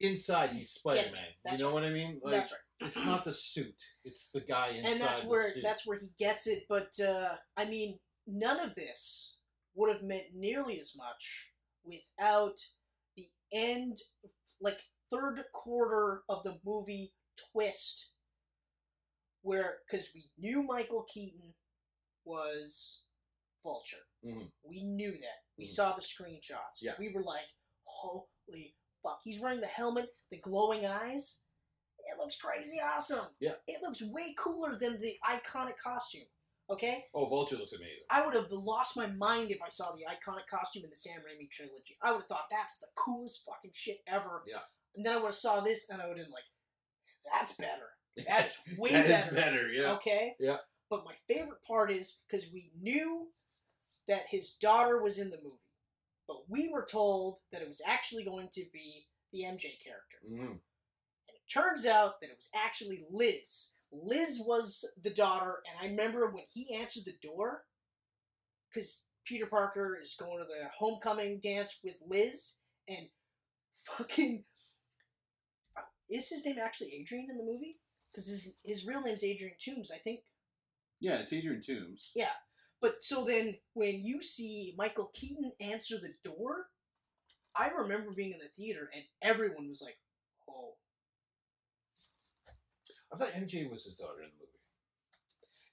inside. He's
He's-
Spider Man.
yeah,
you
that's
know what I mean? Like
that's right,
it's not the suit. It's the guy inside.
and that's
the
where
suit.
that's where he gets it. But uh, I mean, none of this would have meant nearly as much without the end, like third quarter of the movie twist, where because we knew Michael Keaton was Vulture,
Mhm.
we knew that. We
Mhm.
saw the screenshots.
Yeah.
we were like, holy fuck. He's wearing the helmet, the glowing eyes. It looks crazy awesome.
Yeah.
It looks way cooler than the iconic costume. Okay?
Oh, Vulture looks amazing.
I would have lost my mind if I saw the iconic costume in the Sam Raimi trilogy. I would have thought that's the coolest fucking shit ever.
Yeah.
And then I would have saw this and I would have been like, that's better. That is way
That is
better.
better, yeah.
Okay?
Yeah.
But my favorite part is because we knew that his daughter was in the movie, but we were told that it was actually going to be the MJ character.
Mhm.
And it turns out that it was actually Liz. Liz was the daughter, and I remember when he answered the door, because Peter Parker is going to the homecoming dance with Liz, and fucking. Is his name actually Adrian in the movie? Because his, his real name's Adrian Toombs, I think.
Yeah, it's Adrian Toomes.
But so then, when you see Michael Keaton answer the door, I remember being in the theater and everyone was like, "Oh,
I thought MJ was his daughter in the movie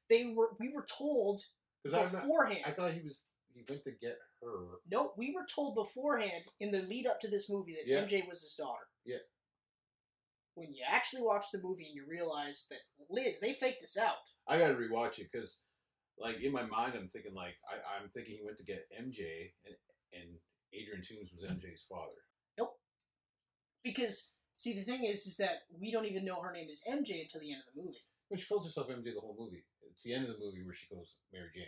they were." We were told
because
Oh,
I, remember-
beforehand.
I thought he was he went to get her.
no, we were told beforehand in the lead up to this movie that
Yeah.
MJ was his daughter.
Yeah.
When you actually watch the movie and you realize that Liz, they faked us out.
I got to rewatch it because, like in my mind, I'm thinking like I, I'm thinking he went to get MJ and and Adrian Toomes was MJ's father.
Because see, the thing is, is that we don't even know her name is MJ until the end of the movie.
Well, she calls herself MJ the whole movie. It's the end of the movie where she goes Mary Jane.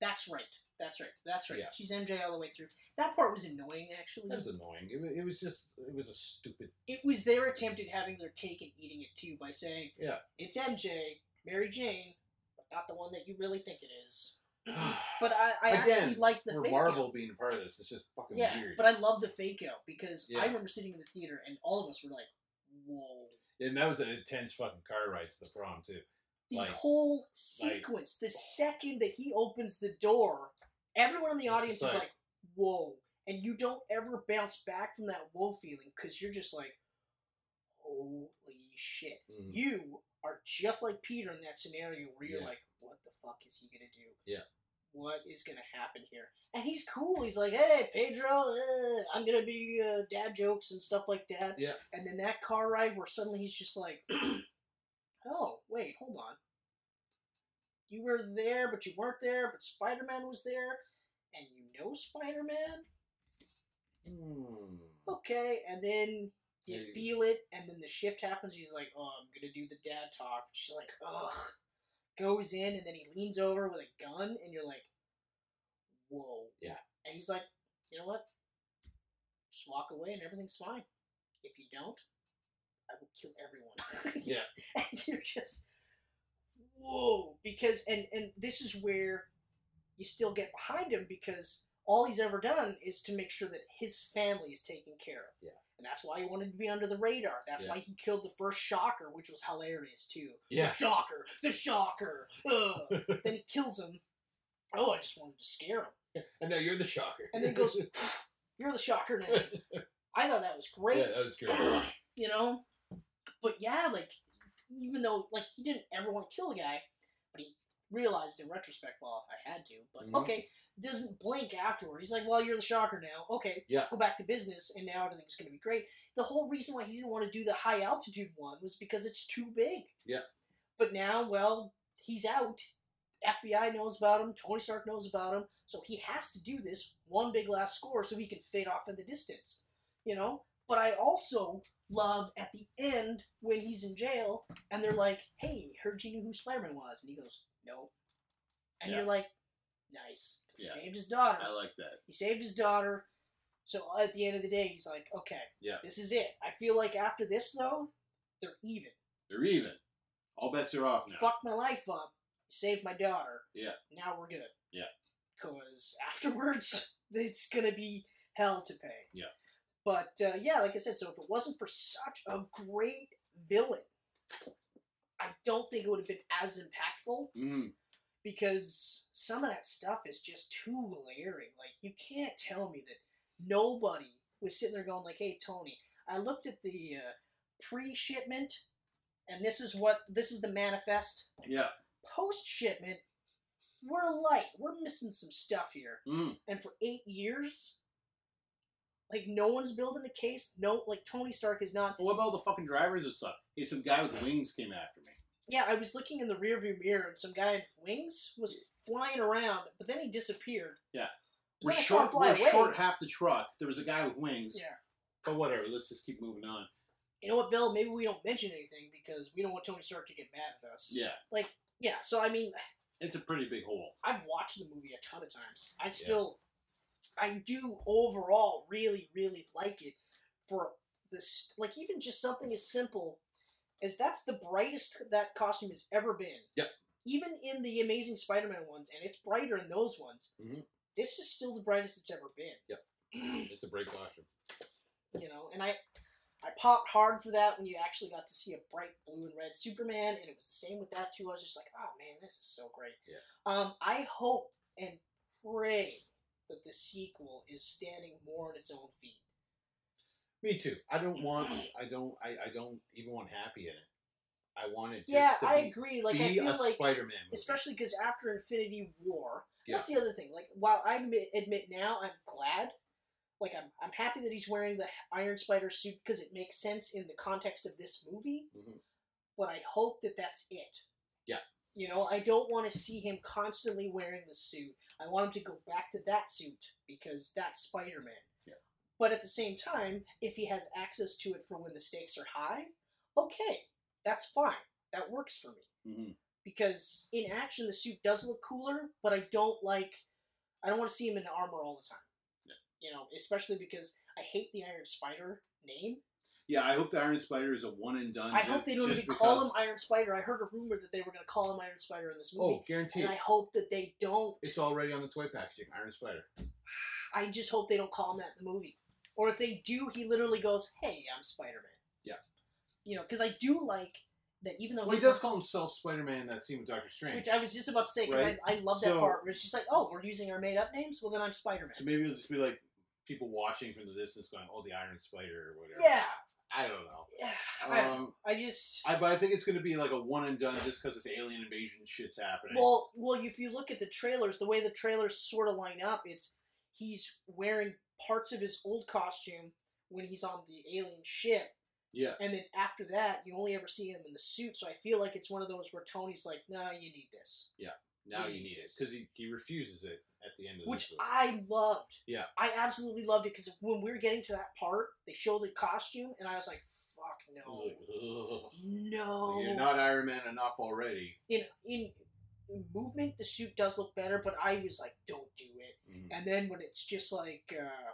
That's right. That's right. That's right.
Yeah.
She's MJ all the way through. That part was annoying, actually.
That was annoying. It, wa- it was just it was a stupid.
it was their attempt at having their cake and eating it too by saying,
Yeah.
it's MJ, Mary Jane, but not the one that you really think it is."
but
But I, I actually
Again,
like the
for
fake
Marvel
out.
being part of this, it's just fucking
Yeah,
weird.
but I love the fake out because
Yeah.
I remember sitting in the theater and all of us were like, "Whoa!"
and that was an intense fucking car ride to the prom too.
The
Like-
whole sequence, the second that he opens the door, everyone in the
It's
audience
just
is
like-
like, "Whoa!" And you don't ever bounce back from that whoa feeling because you're just like, "Holy shit!"
Mhm.
you are just like Peter in that scenario where you're
Yeah.
like, what the fuck is he gonna do?
Yeah.
What is gonna happen here? And he's cool. He's like, hey, Pedro, uh, I'm gonna be uh, dad jokes and stuff like that.
Yeah.
And then that car ride where suddenly he's just like, oh, wait, hold on. You were there, but you weren't there, but Spider Man was there. and you know Spider Man,
Hmm.
okay. And then you
Yeah.
feel it, and then the shift happens. He's like, oh, I'm gonna do the dad talk. And she's like, ugh. Goes in, and then he leans over with a gun, and you're like, whoa.
Yeah.
And he's like, you know what? Just walk away, and everything's fine. If you don't, I will kill everyone.
Yeah.
and you're just whoa because and and this is where you still get behind him because all he's ever done is to make sure that his family is taken care of
Yeah.
and that's why he wanted to be under the radar that's
Yeah.
why he killed the first shocker which was hilarious too
Yeah.
the shocker the shocker ugh. then he kills him oh i just wanted to scare him
And now you're the shocker.
and then goes you're the shocker now i thought that was great
Yeah, that was great.
you know but yeah like even though like he didn't ever want to kill the guy but he realized in retrospect well i had to but
Mhm.
okay doesn't blink afterward he's like well you're the shocker now okay
Yeah.
go back to business and now everything's going to be great the whole reason why he didn't want to do the high altitude one was because it's too big
Yeah.
but now well he's out fbi knows about him tony stark knows about him so he has to do this one big last score so he can fade off in the distance you know but i also love at the end when he's in jail and they're like, "Hey, heard you knew who Spider-Man was," and he goes, "No," and
Yeah.
you're like, "Nice, 'cause he
Yeah.
saved his daughter.
I like that.
He saved his daughter." So at the end of the day, he's like, "Okay,
Yeah.
this is it." I feel like after this though, they're even.
They're even. All bets are off now.
Fucked my life up, saved my daughter.
Yeah.
now we're good.
Yeah.
because afterwards it's gonna be hell to pay.
Yeah.
but uh, yeah, like I said, so if it wasn't for such a great villain, I don't think it would have been as impactful.
Mm.
because some of that stuff is just too glaring. Like you can't tell me that nobody was sitting there going like, "Hey Tony, I looked at the uh, pre-shipment, and this is what this is the manifest.
Yeah.
Post-shipment, we're light. We're missing some stuff here."
Mm.
And for eight years, like no one's building a case. No, like Tony Stark is not.
Well, what about all the fucking drivers and stuff? Hey, some guy with wings came after me.
Yeah, I was looking in the rearview mirror, and some guy in wings was flying around, but then he disappeared.
We're
Yeah, I saw him
short.
fly
We're
away.
short half the truck. There was a guy with wings.
Yeah.
But whatever. Let's just keep moving on.
you know what, Bill? Maybe we don't mention anything because we don't want Tony Stark to get mad at us.
Yeah.
Yeah, so I mean,
It's a pretty big hole.
I've watched the movie a ton of times. I still, I do overall really, really like it for this. Like, even just something as simple as that's the brightest that costume has ever been.
Yep.
Even in the Amazing Spider Man ones, and it's brighter in those ones,
Mhm.
this is still the brightest it's ever been.
It's a break costume.
you know and i i popped hard for that when you actually got to see a bright blue and red superman and it was the same with that too i was just like oh man this is so great
Yeah.
um i hope and pray that the sequel is standing more on its own feet
Me too. I don't want. I don't. I, I don't even want happy in it. I want it. Just
yeah
to
i
be,
agree like i
be
feel
a
like
Spider-Man. Movie.
especially because after Infinity War,
Yeah.
that's the other thing. Like, while I admit, admit now I'm glad, like I'm I'm happy that he's wearing the Iron Spider suit because it makes sense in the context of this movie.
Mhm.
But I hope that that's it.
Yeah.
You know, I don't want to see him constantly wearing the suit. I want him to go back to that suit because that's Spider Man.
Yeah.
But at the same time, if he has access to it for when the stakes are high, okay, that's fine. That works for me
Mhm.
because in action the suit does look cooler, but I don't like I don't want to see him in armor all the time.
Yeah.
You know, especially because I hate the Iron Spider name.
Yeah, I hope the Iron Spider is a one and done.
I
ju-
hope they don't
just
even call him
because-
Iron Spider. I heard a rumor that they were going to call him Iron Spider in this movie.
Oh, guaranteed.
And I hope that they don't.
It's already on the toy packaging. Iron Spider.
I just hope they don't call him that in the movie. Or if they do, he literally goes, "Hey, I'm Spider Man."
Yeah.
You know, because I do like that, even though
Well, he
he's-
does call himself Spider-Man in that scene with Doctor Strange.
Which I was just about to say because
Right.
I, I love that
So-
part where it's just like, "Oh, we're using our made up names. Well, then I'm Spider Man."
So maybe it'll just be like people watching from the distance going, "Oh, the Iron Spider" or whatever.
Yeah.
I don't know.
Yeah. I,
Um,
I just
I but I think it's going to be like a one and done just because this alien invasion shit's happening.
well, well, if you look at the trailers, the way the trailers sort of line up, it's he's wearing parts of his old costume when he's on the alien ship,
yeah,
and then after that, you only ever see him in the suit. So I feel like it's one of those where Tony's like, "No, you need this."
Now you need it because he, he refuses it at the end of
which
the movie.
I loved.
Yeah.
I absolutely loved it because when we were getting to that part, they show the costume, and I was like, "Fuck
I
no,
was like, ugh.
no!"
You're not Iron Man enough already.
in in movement, the suit does look better, but I was like, "Don't do it."
Mhm.
And then when it's just like, uh,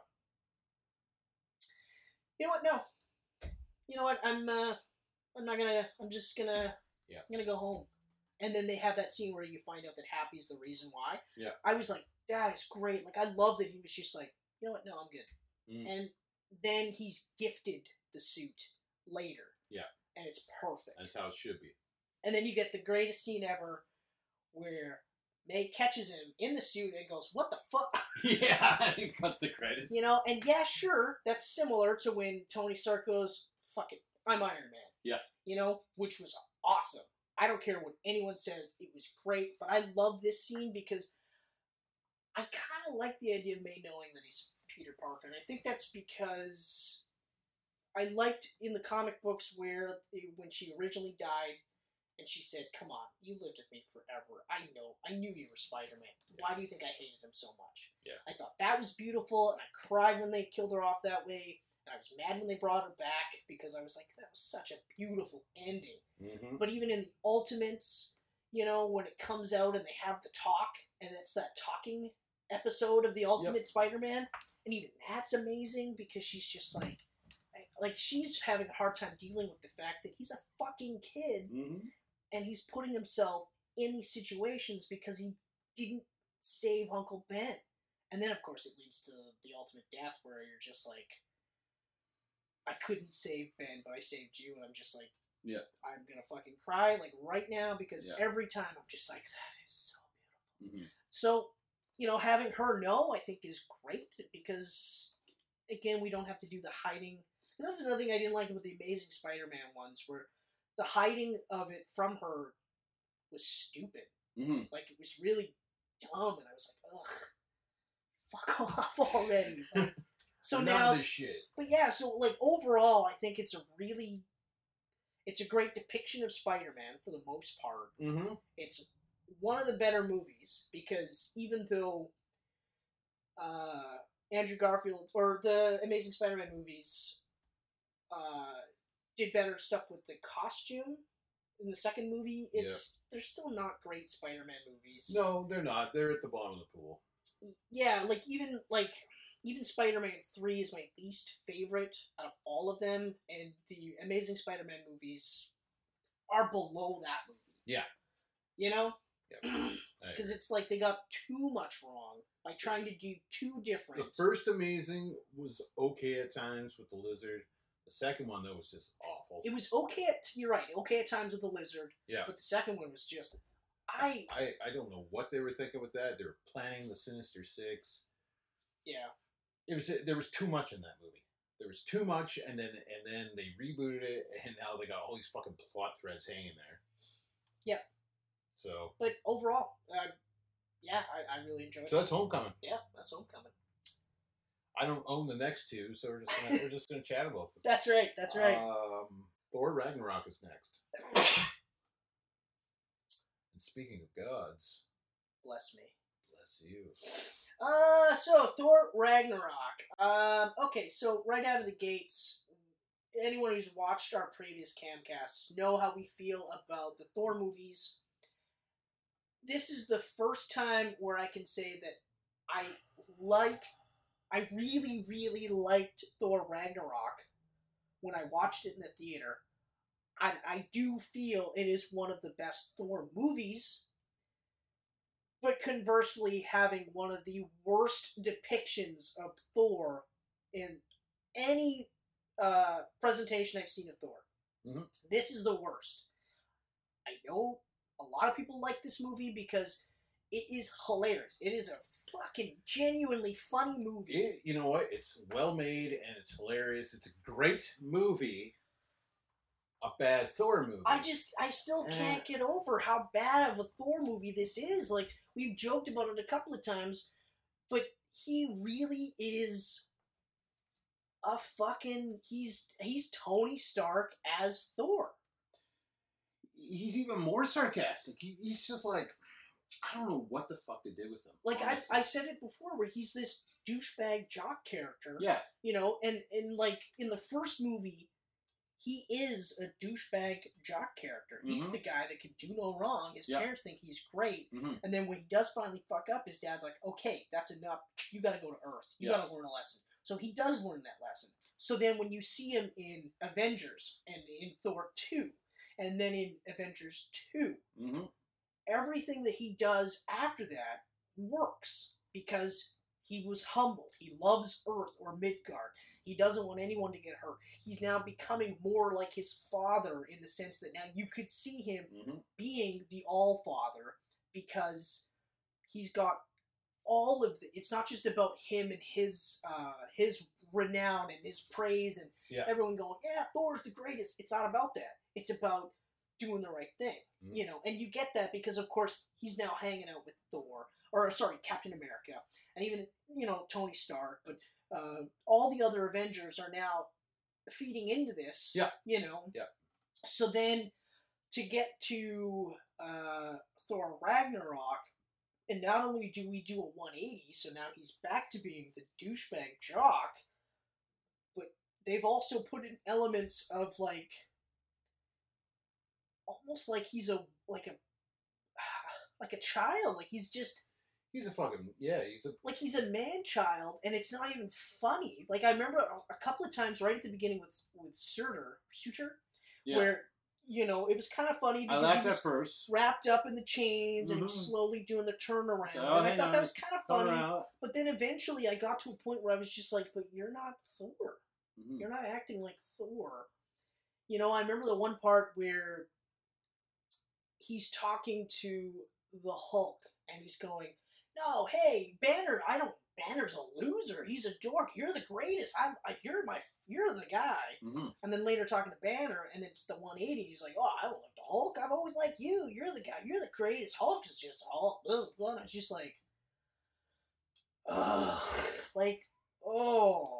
you know what? No, you know what? I'm uh, I'm not gonna. I'm just gonna.
Yeah.
I'm gonna go home. And then they have that scene where you find out that Happy's the reason why.
Yeah.
I was like, that is great. Like I love that he was just like, you know what? No, I'm good.
Mm.
And then he's gifted the suit later.
Yeah.
And it's perfect.
That's how it should be.
And then you get the greatest scene ever where May catches him in the suit and goes, What the fuck?
yeah, he cuts the credits.
You know, and yeah, sure, that's similar to when Tony Stark goes, Fuck it, I'm Iron Man.
Yeah.
You know, which was awesome. I don't care what anyone says, it was great, but I love this scene because I kind of like the idea of May knowing that he's Peter Parker. And I think that's because I liked in the comic books where it- when she originally died, and she said, "Come on, you lived with me forever. I know. I knew you were Spider Man. Why do you think I hated him so much?"
Yeah.
I thought that was beautiful, and I cried when they killed her off that way, and I was mad when they brought her back because I was like, "That was such a beautiful ending."
hmm
But even in the Ultimates, you know, when it comes out and they have the talk, and it's that talking episode of the Ultimate Spider-Man, and even that's amazing because she's just like, like she's having a hard time dealing with the fact that he's a fucking kid
hmm
and he's putting himself in these situations because he didn't save Uncle Ben. And then, of course, it leads to the ultimate death where you're just like, I couldn't save Ben, but I saved you, and I'm just like,
Yeah.
I'm gonna fucking cry like right now because
Yeah.
every time I'm just like, that is so beautiful.
hmm
So, you know, having her know, I think, is great because, again, we don't have to do the hiding. And that's another thing I didn't like with the Amazing Spider Man ones, where the hiding of it from her was stupid.
hmm
Like, it was really dumb, and I was like, ugh, fuck off already. Like, so now
this shit.
but yeah, so like overall, I think it's a really, it's a great depiction of Spider-Man for the most part.
Mm-hmm.
It's one of the better movies because even though uh, Andrew Garfield or the Amazing Spider-Man movies uh, did better stuff with the costume in the second movie, it's they're still not great Spider-Man movies.
No, they're not. They're at the bottom of the pool.
yeah, like even like even Spider-Man Three is my least favorite out of all of them, and the Amazing Spider-Man movies are below that movie.
Yeah.
you know,
I agree.
because it's like they got too much wrong by trying to do too different.
The first Amazing was okay at times with the lizard. The second one though was just awful.
it was okay at you're right, okay at times with the lizard,
Yeah.
but the second one was just I
I, I don't know what they were thinking with that. They were planning the Sinister Six.
yeah
It was there was too much in that movie. There was too much, and then and then they rebooted it, and now they got all these fucking plot threads hanging there.
Yeah.
So
but overall, uh, yeah, I, I really enjoyed
so
it.
that's Homecoming.
Yeah, that's Homecoming.
I don't own the next two, so we're just gonna, we're just gonna chat about them.
That's right. That's right.
Um, Thor Ragnarok is next. And speaking of gods,
Bless me.
bless you.
Uh, so Thor Ragnarok. Um, okay, so right out of the gates, anyone who's watched our previous camcasts know how we feel about the Thor movies. This is the first time where I can say that I like, I really, really liked Thor Ragnarok when I watched it in the theater. I, I do feel it is one of the best Thor movies but conversely having one of the worst depictions of Thor in any uh, presentation I've seen of Thor.
Mhm.
This is the worst. I know a lot of people like this movie because it is hilarious. It is a fucking genuinely funny movie.
It, you know what? It's well made and it's hilarious. It's a great movie. A bad Thor movie.
I just, I still can't get over how bad of a Thor movie this is. Like, we've joked about it a couple of times, but he really is a fucking, he's, he's Tony Stark as Thor.
he's even more sarcastic. He, he's just like,
I don't know what the fuck they did with him.
Like I,
honestly.
I said it before, where he's this douchebag jock character,
yeah,
you know, and and like in the first movie, he is a douchebag jock character. He's
Mhm.
the guy that can do no wrong. His
Yeah.
parents think he's great,
mm-hmm,
Mhm.
and then when he does finally fuck up, his dad's like, "Okay, that's enough. You got to go to Earth. You
Yeah.
got to learn a lesson." So he does learn that lesson. So then when you see him in Avengers and in Thor two, and then in Avengers two,
mm-hmm.
everything that he does after that works because he was humbled. He loves Earth or Midgard. He doesn't want anyone to get hurt. He's now becoming more like his father in the sense that now you could see him
Mm-hmm.
being the All Father because he's got all of the. It's not just about him and his uh, his renown and his praise and
Yeah.
everyone going, "Yeah, Thor's the greatest." It's not about that. It's about doing the right thing,
Mhm.
you know. And you get that because, of course, he's now hanging out with Thor or sorry, Captain America, and even you know Tony Stark, but uh, all the other Avengers are now feeding into this.
Yeah.
You know.
Yeah.
So then, to get to uh, Thor Ragnarok, and not only do we do a 180, so now he's back to being the douchebag jock, but they've also put in elements of like, almost like he's a like a like a child, like he's just
He's a fucking yeah. He's a
like he's a man child and it's not even funny like i remember a- a couple of times right at the beginning with with surtur suture
yeah.
where you know it was kind of funny
I
because
laughed
he
at
was
first.
wrapped up in the chains and he was
Mhm.
slowly doing the turnaround
So,
and i
Oh, hang
thought that
on,
was kind of
Turn
funny
around.
but then eventually i got to a point where i was just like but you're not thor
Mhm.
you're not acting like Thor. You know, I remember the one part where he's talking to the Hulk and he's going, "No, hey, Banner, I don't. Banner's a loser. He's a dork. You're the greatest. I'm. I, you're my. You're the guy."
Mm-hmm,
Mhm.
And then later talking to Banner, and it's the 180. He's like, "Oh, I don't like the Hulk. I'm always like you. You're the guy. You're the greatest. Hulk is just all." Blah, blah. And I was just like, "Ugh, like, oh."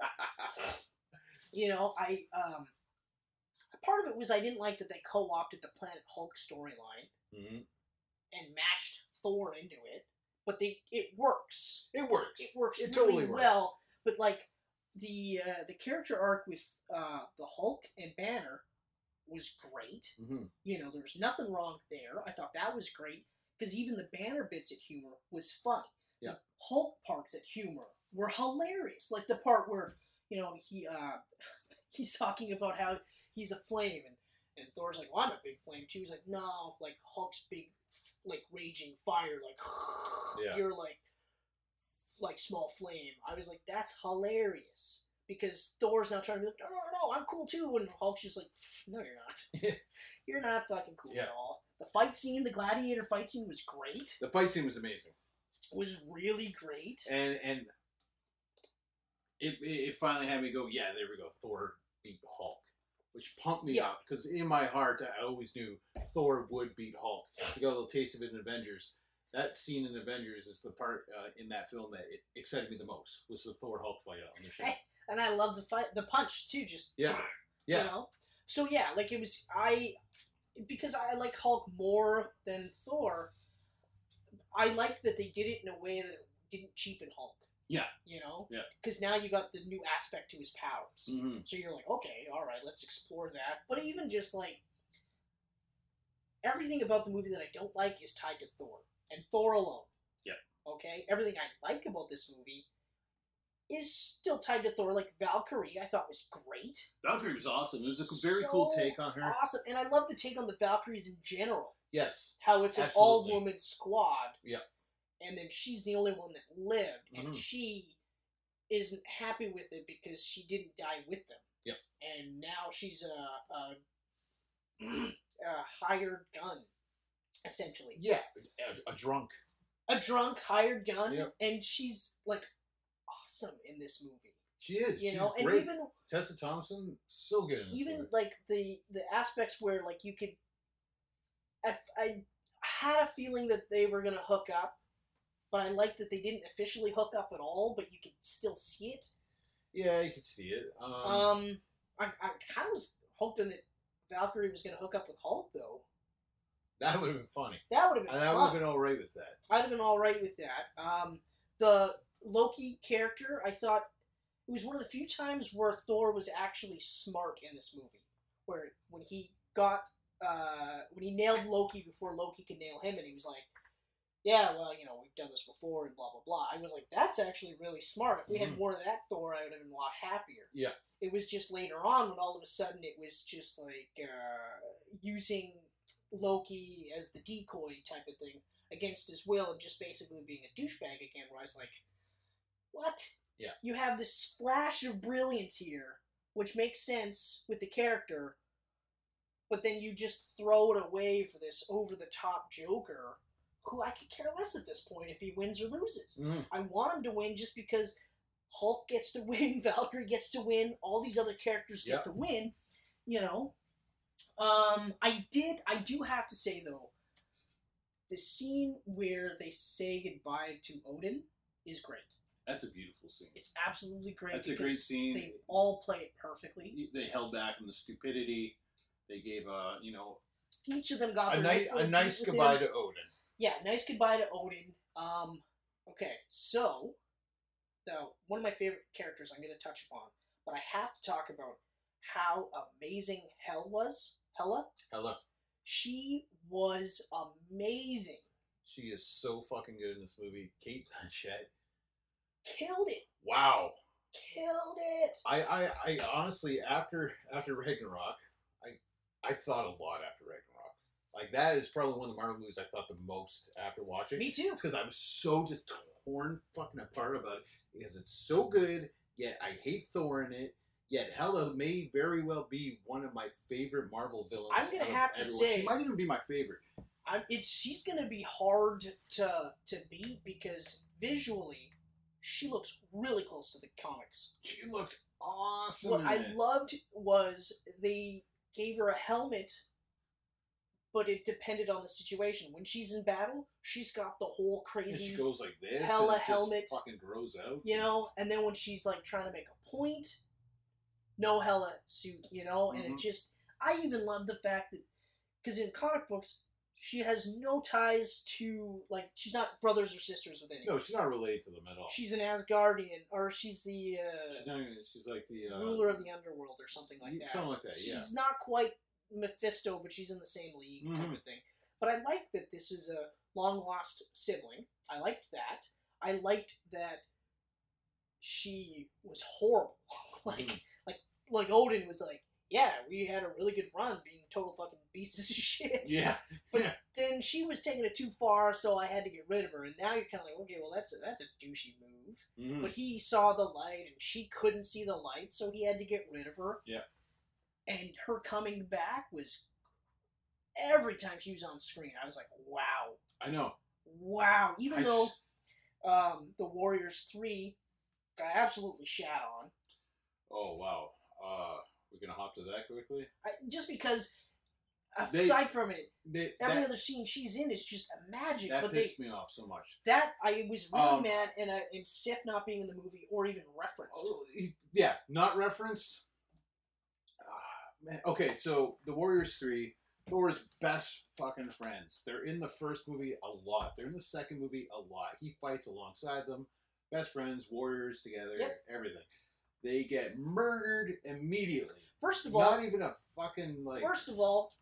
you know, I um, part of it was I didn't like that they co-opted the Planet Hulk storyline
Mhm.
and mashed Thor into it, but they it works.
It works.
It works
It
really
totally works.
well. But like the uh, the character arc with uh, the Hulk and Banner was great.
Mhm.
You know, there was nothing wrong there. I thought that was great because even the Banner bits at humor was funny.
Yeah.
The Hulk parts at humor were hilarious. Like the part where you know he uh, he's talking about how he's a flame and and Thor's like, well, I'm a big flame too. He's like, no, like Hulk's big, like raging fire, like
Yeah.
you're like, like small flame. I was like, that's hilarious because Thor's now trying to be like, no, no, no, I'm cool too, and Hulk's just like, no, you're not. you're not fucking cool at
Yeah.
all. The fight scene, the gladiator fight scene was great.
The fight scene was amazing,
Was really great.
and and it, it it finally had me go. Yeah, there we go. Thor beat Hulk, which pumped me
Yeah.
up because in my heart I always knew Thor would beat Hulk. We got a little taste of it in Avengers. That scene in Avengers is the part uh, in that film that it excited me the most was the Thor Hulk fight on the ship.
and I love the fight, the punch too. Just
Yeah.
you
Yeah.
know. So yeah, like it was I because I like Hulk more than Thor. I liked that they did it in a way that it didn't cheapen Hulk.
Yeah.
you know.
Yeah.
because now you got the new aspect to his powers.
Mhm.
So you're like, okay, all right, let's explore that. But even just like everything about the movie that I don't like is tied to Thor and Thor alone.
Yep.
Okay, everything I like about this movie is still tied to Thor. Like Valkyrie, I thought was great,
Valkyrie was awesome. It was a very cool
So
take on her.
awesome, and I love the take on the Valkyries in general.
Yes.
How it's
Absolutely.
an all-woman squad.
Yep.
And then she's the only one that lived, and
Mhm.
she isn't happy with it because she didn't die with them.
Yep.
And now she's a, a, a hired gun, essentially.
Yeah. A, a drunk.
A drunk hired gun,
Yep.
and she's like awesome in this movie.
She is.
You
She's
know, and
great.
even
Tessa Thompson, so good. In this
even
movie.
like the the aspects where like you could I, f- I had a feeling that they were gonna hook up but i liked that they didn't officially hook up at all but you could still see it
yeah, you can see it. Um,
um, i, I kind of was hoping that valkyrie was gonna hook up with hulk though
That would have been funny.
Uh, That would have been.
And I would
fun.
have been all right with that.
I'd have been all right with that. Um, the Loki character, I thought it was one of the few times where Thor was actually smart in this movie, where when he got uh, when he nailed Loki before Loki could nail him, and he was like, "Yeah, well, you know, we've done this before," and blah blah blah. I was like, "That's actually really smart. If we had
Mhm.
more of that Thor, I would have been a lot happier."
Yeah.
It was just later on when all of a sudden it was just like uh, using Loki as the decoy type of thing against his will and just basically being a douchebag again. Where I was like, "What?
Yeah.
You have this splash of brilliance here, which makes sense with the character, but then you just throw it away for this over-the-top Joker, who I could care less at this point if he wins or loses. I want him to win just because Hulk gets to win, Valkyrie gets to win, all these other characters get
Yeah.
to win, you know. Um, I did. I do have to say though, the scene where they say goodbye to Odin is great.
That's a beautiful scene.
It's absolutely great.
That's a
because
great scene.
They all play it perfectly.
They held back on the stupidity. They gave a you know
Each of them got
a
their
nice a
little
nice
beat with
goodbye
him.
to Odin.
Yeah, nice goodbye to Odin. Um, okay, so now one of my favorite characters I'm going to touch upon, but I have to talk about how amazing Hel was. Hela,
Hello.
she was amazing.
She is so fucking good in this movie. Kate Blanchett.
Killed it.
Wow.
Killed it.
I, I, I honestly after after Ragnarok, I I thought a lot after Ragnarok. Like that is probably one of the Marvel movies I thought the most after watching.
Me too.
It's because I was so just torn fucking apart about it because it's so good. Yet I hate Thor in it. Yet Hela may very well be one of my favorite Marvel villains.
I'm gonna
out of
have to
everyone.
say-
she might even be my favorite.
I'm, it's she's gonna be hard to to beat because visually, she looks really close to the comics.
She looked awesome.
What
in
I
it.
loved was they gave her a helmet, but it depended on the situation. When she's in battle, she's got the whole
And
crazy,
she goes like this.
Hela
and it just
helmet.
fucking grows out.
you know, and then when she's like trying to make a point, no hella suit, you know, and it
Mhm.
just, I even love the fact that, because in comic books, she has no ties to, like, she's not brothers or sisters with anyone.
No, she's not related to them at all.
She's an Asgardian, or she's the
She's
uh,
not even. She's like the uh,
ruler of the underworld, or something like
yeah,
that.
Something like that. yeah.
she's not quite Mephisto, but she's in the same league type
Mm-hmm.
of thing. But I like that this is a long lost sibling. I liked that. I liked that she was horrible.
Mm-hmm.
like like like Odin was like, yeah, we had a really good run being total fucking pieces of shit.
Yeah.
Then she was taking it too far, so I had to get rid of her. And now you're kind of like, okay, well that's a that's a douchey move.
Mhm.
But he saw the light and she couldn't see the light, so he had to get rid of her.
Yeah.
And her coming back was every time she was on screen, I was like, wow,
I know.
wow. Even
I s-
though um, the Warriors 3 got absolutely shat on,
Oh wow. Uh, we're gonna hop to that quickly.
I, just because
They-
aside from it,
They,
every
that
other scene she's in is just magic.
that
but they.
pissed me off so much.
That I was really
Um,
mad, and I, and Sif not being in the movie or even referenced.
Oh, he- yeah, not referenced. Ah, man. Okay, so the Warriors three, Thor's best fucking friends. They're in the first movie a lot. They're in the second movie a lot. He fights alongside them. Best friends, warriors together,
Yep.
everything. They get murdered immediately.
First of all,
Not even a fucking like.
First of all,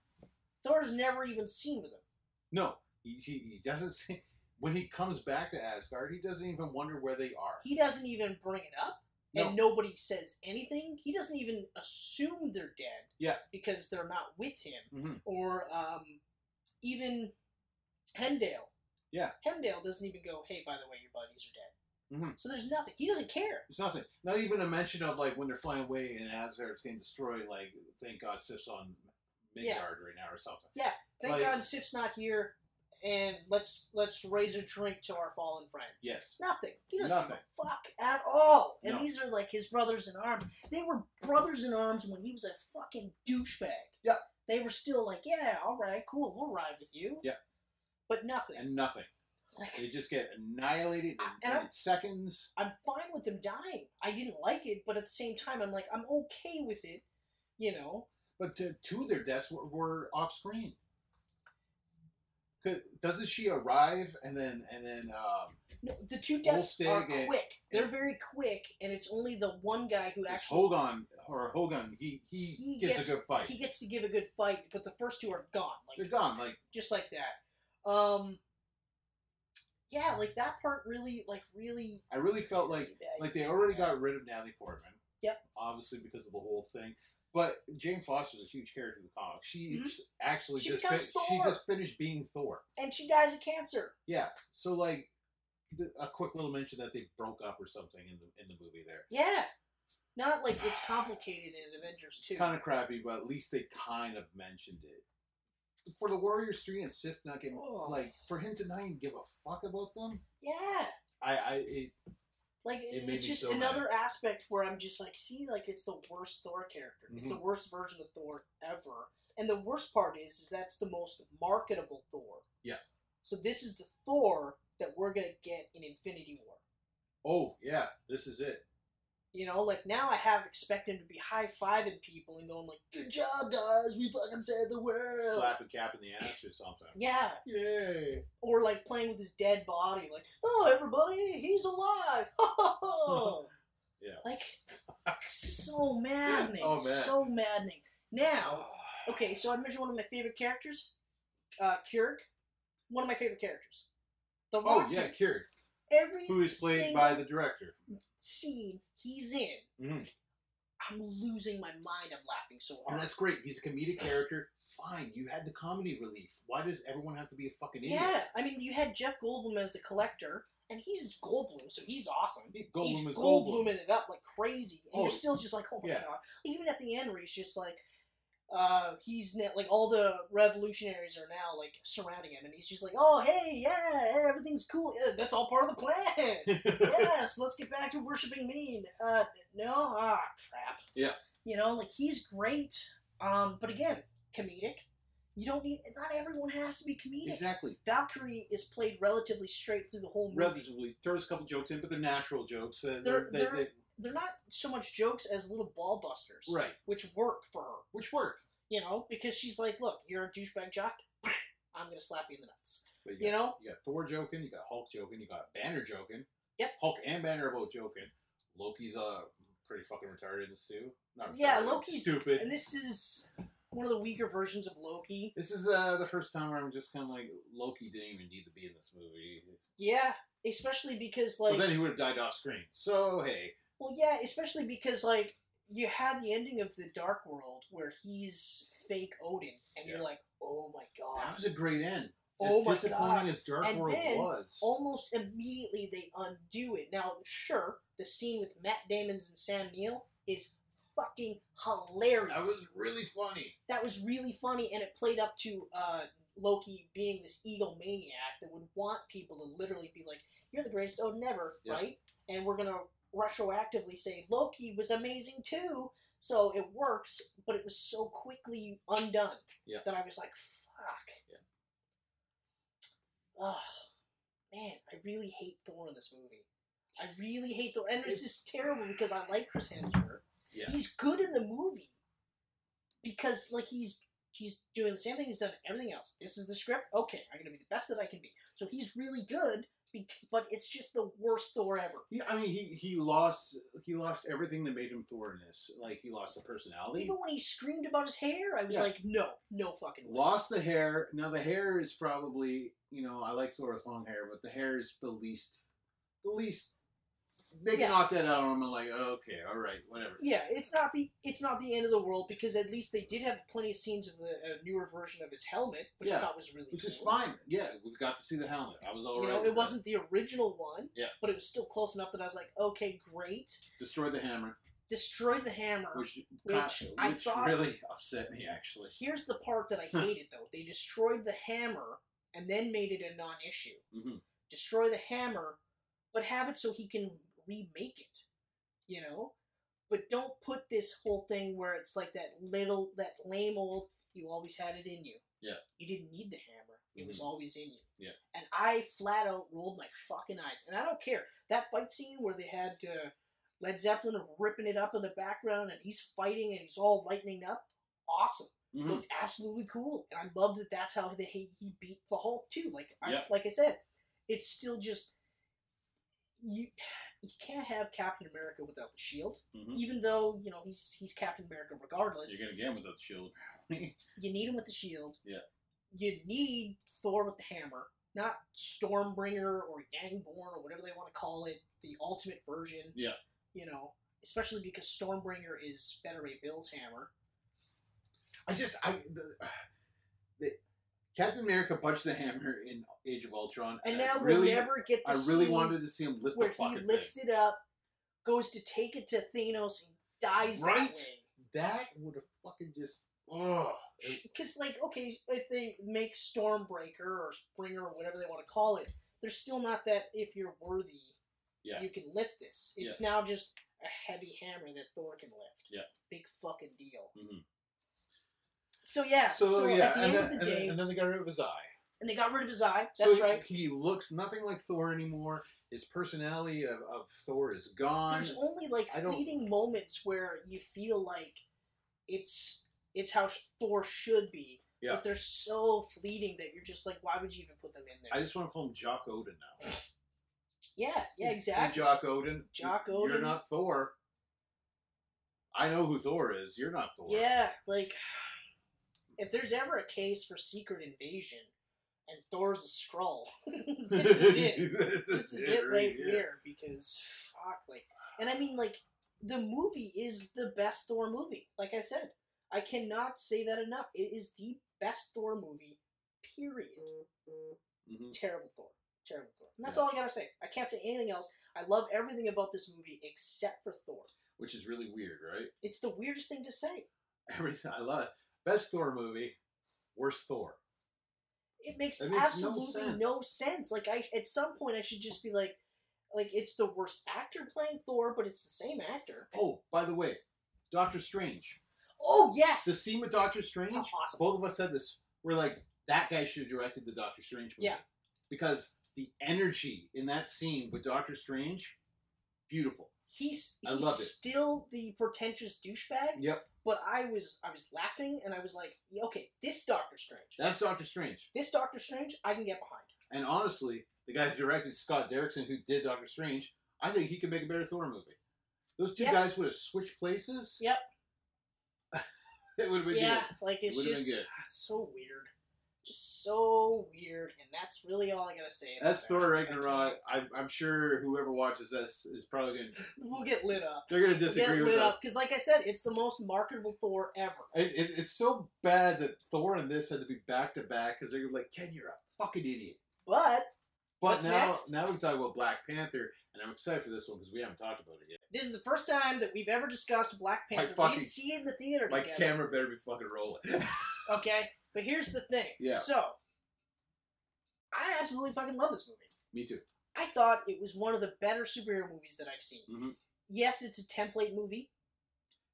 Thor's never even seen with him.
No, he, he, he doesn't. See, when he comes back to Asgard, he doesn't even wonder where they are.
He doesn't even bring it up, and nobody says anything. He doesn't even assume they're dead.
Yeah.
Because they're not with him,
Mhm.
or um, even Hemdale.
Yeah.
Hemdale doesn't even go. Hey, by the way, your buddies are dead.
Mhm.
So there's nothing. He doesn't care.
It's nothing. Not even a mention of like when they're flying away and Asgard's getting destroyed. Like thank God Sif's on Midgard
Yeah.
right now or something.
Thank
Like-
God Sif's not here, and let's let's raise a drink to our fallen friends.
Yes.
Nothing. He doesn't give
Nothing.
a fuck at all. And
No.
these are like his brothers in arms. They were brothers in arms when he was a fucking douchebag.
Yeah.
They were still like, yeah, all right, cool, we'll ride with you.
Yeah.
But nothing.
And nothing.
like,
They just get annihilated
I-
in,
and I-
in seconds.
I'm fine with them dying. I didn't like it, but at the same time, I'm like, I'm okay with it. You know,
But t- two of their deaths were, were off screen. 'Cause doesn't she arrive and then and then um,
No, the two
Full
deaths
stay
are
again.
quick. They're very quick, and it's only the one guy who
it's
actually
Hogan or Hogan he, he,
he
gets, a good fight.
He gets to give a good fight, but the first two are gone,
They're
like
gone like
just like that. Um, yeah, like that part really, like really.
I really felt like like they already got rid of Natalie Portman.
Yep.
Obviously because of the whole thing. But Jane Foster's a huge character in the comic. She
Mhm.
actually
She
just
becomes
she
Thor.
just finished being Thor.
and she dies of cancer.
Yeah. So like th- a quick little mention that they broke up or something in the in the movie there.
Yeah, not like it's complicated in Avengers two.
Kind of crappy, but at least they kind of mentioned it. For the Warriors three and Sith not getting
Oh.
like for him to not even give a fuck about them.
yeah,
I I it,
like
It made
it's
me
just
so mad.
another aspect where I'm just like, see, like it's the worst Thor character. It's
Mm-hmm.
the worst version of Thor ever. And the worst part is, is that's the most marketable Thor.
Yeah.
So this is the Thor that we're gonna get in Infinity War.
oh yeah, this is it.
You know, like now I have expect him to be high fiving people and going like, "Good job, guys, we fucking saved the world."
Slap a cap in the ass or something.
Yeah,
Yay!
or like playing with his dead body, like, "Oh, everybody, he's alive!"
Yeah.
Like, so maddening.
Oh, man.
So maddening. Now, okay, so I mentioned one of my favorite characters, uh, Keurig. One of my favorite characters. The
Oh
Rock
yeah,
dude.
Kieran,
Every
who is played
single
by the director.
scene he's in,
Mhm.
I'm losing my mind. I'm laughing so hard.
And that's great. He's a comedic character. Fine, you had the comedy relief. Why does everyone have to be a fucking idiot?
Yeah, I mean, you had Jeff Goldblum as the collector, and he's Goldblum, so he's awesome.
Goldblum
he's
is Goldblum.
Goldbluming it up like crazy, and
Oh,
you're still just like, oh my
yeah.
god. Even at the end, where he's just like, uh, he's ne- like all the revolutionaries are now like surrounding him, and he's just like, oh hey, yeah, everything's cool. Yeah, that's all part of the plan. yes, let's get back to worshiping me. Uh, no, ah, crap.
Yeah.
You know, like he's great, um, but again, comedic. You don't need. Not everyone has to be comedic.
Exactly.
Valkyrie is played relatively straight through the whole movie.
Relatively throws a couple jokes in, but they're natural jokes. They're,
They're-
they're, they
they're-
they
They're not so much jokes as little ball busters,
right,
which work for her.
which work.
You know, because she's like, "Look, you're a douchebag jock. I'm gonna slap you in the nuts."
But
You
you, got,
know,
you got Thor joking, you got Hulk joking, you got Banner joking.
Yep.
Hulk and Banner are both joking. Loki's uh pretty fucking retarded in this too. Not
yeah,
retarded,
Loki's
stupid.
and this is one of the weaker versions of Loki.
This is uh, the first time where I'm just kind of like Loki didn't even need to be in this movie,
Yeah, especially because like
but then he would have died off screen. So hey,
Well, yeah, especially because like you had the ending of the Dark World where he's fake Odin, and you're
Yeah.
like, oh my
that
god!
was a great end. As
Oh my
disappointing
God.
as Dark
And
World
then- oh
was,
Almost immediately they undo it. Now, sure, the scene with Matt Damon's and Sam Neill is fucking hilarious.
that was really funny.
that was really funny, and it played up to uh, Loki being this egomaniac that would want people to literally be like, "You're the greatest Odin ever,"
Yeah.
right? And we're gonna retroactively say Loki was amazing too, so it works. But it was so quickly undone
Yeah.
that I was like, "Fuck." Ugh, man, I really hate Thor in this movie. I really hate Thor, and this is terrible because I like Chris Hemsworth.
Yeah.
He's good in the movie because like he's he's doing the same thing he's done in everything else. This is the script. Okay, I'm gonna be the best that I can be. So he's really good, bec- but it's just the worst Thor ever.
He, I mean, he he lost he lost everything that made him Thor in this. Like he lost the personality,
Even when he screamed about his hair, I was
Yeah.
like, no, no fucking way.
lost the hair. Now the hair is probably you know I like Thor with long hair, but the hair is the least the least. They
Yeah.
can opt that out on him. I'm like, okay, all right, whatever.
Yeah, it's not the it's not the end of the world because at least they did have plenty of scenes of the a newer version of his helmet, which I
Yeah,
thought was really
Which is
cool.
fine. Yeah, we got to see the helmet. I was all
You
right.
know,
with
it
that.
wasn't the original one,
Yeah.
but it was still close enough that I was like, okay, great.
destroy the hammer,
Destroyed the hammer.
which
Which
which,
I
which
thought-
really upset me actually.
Here's the part that I hated, though. They destroyed the hammer and then made it a non issue.
hmm
Destroy the hammer, but have it so he can remake it, you know? But don't put this whole thing where it's like that little, that lame old, you always had it in you.
Yeah. Mm-hmm.
You didn't need the hammer. It was always in you.
Yeah.
And I flat out rolled my fucking eyes. And I don't care. That fight scene where they had uh, Led Zeppelin ripping it up in the background and he's fighting and he's all lightening up, awesome.
Mm-hmm.
Mhm.
looked absolutely cool, and I love that that's how they, he he beat the Hulk too. Like I,
Yeah.
like I said, it's still just you you can't have Captain America without the shield,
Mm-hmm.
Mhm.
even though you know he's he's Captain America regardless.
You're gonna get him without the shield, apparently.
You need him with the shield.
Yeah.
You need Thor with the hammer, not Stormbringer or Yangborn or whatever they want to call it, the ultimate version.
Yeah.
You know, especially because Stormbringer is better a Bill's hammer.
I just
I, the, the, Captain America punched the hammer in Age of Ultron,
And
I
now
really,
we'll never get
I
the
really
scene
wanted to see him lift
where
the
he
fucking
lifts it up, goes to take it to Thanos, and dies
Right?
that way.
thing. That would have fucking just. Oh,
Because, like, okay, if they make Stormbreaker or Springer or whatever they want to call it, there's still not that if you're worthy,
Yeah.
you can lift this. It's now just a heavy hammer that Thor can lift.
Yeah.
Big fucking deal.
Mhm.
So, yeah.
Mm-hmm. so,
So,
yeah,
at the
and
end
then,
of the
and,
day,
then, and then they got rid of his eye.
and they got rid of his eye. That's
so
right.
He, he looks nothing like Thor anymore. His personality of, of Thor is gone.
there's only like
I don't-
fleeting moments where you feel like it's it's how Thor should be,
Yeah.
but they're so fleeting that you're just like, why would you even put them in there?
I just want to call him Jock Odin now.
yeah, yeah,
Hey,
exactly.
Jock Odin.
Jock
You're
Odin.
not Thor. I know who Thor is. You're not Thor.
Yeah, like if there's ever a case for secret invasion and Thor's a scroll, this is it.
this,
this is it right
here.
here because fuck like and i mean like the movie is the best thor movie like i said i cannot say that enough it is the best thor movie period
Mm-hmm.
Mhm.
terrible thor terrible thor and that's all i gotta say i can't say anything else i love everything about this movie except for thor
which is really weird, right?
it's the weirdest thing to say
Everything I love. Best Thor movie. Worst Thor.
it makes,
It makes no
absolutely no
sense.
sense. like i at some point i should just be like like it's the worst actor playing thor but it's the same actor
Oh, by the way, Doctor Strange.
oh yes
The scene with Doctor Strange.
How awesome
Both of us said this. We're like, that guy should have directed the Doctor Strange movie.
Yeah.
Because the energy in that scene with Doctor Strange, beautiful.
he's
I
he's
love it.
still the pretentious douchebag.
Yep.
But I was I was laughing and I was like, "Yeah, okay, this Doctor Strange,
That's Doctor Strange.
this Doctor Strange, I can get behind.
And honestly, the guy who directed Scott Derrickson, who did Doctor Strange, I think he could make a better Thor movie. Those two
Yeah.
guys would have switched places.
Yep.
it would have been
yeah,
good.
like it's
Would've been
just
good.
ah, so weird, just so weird. And that's really all I gotta say. about
That's
that.
Thor
I
Ragnarok.
can't-
I, I'm sure whoever watches this is probably going to...
We'll get lit up.
They're going to
We'll Get
disagree with
lit
us.
up because, like I said, it's the most marketable Thor ever.
It, it, it's so bad that Thor and this had to be back-to-back because they were like, Ken, you're a fucking idiot.
But
But
What's
now,
next?
now we talk about Black Panther, and I'm excited for this one because we haven't talked about it yet.
this is the first time that we've ever discussed Black
My
Panther. We
fucking-
didn't see it in the theater
My
together.
camera better be fucking rolling.
Okay, but here's the thing.
Yeah.
So, I absolutely fucking love this movie.
Me too.
I thought it was one of the better superhero movies that I've seen.
Mm-hmm.
Mhm.
Yes, it's a template movie.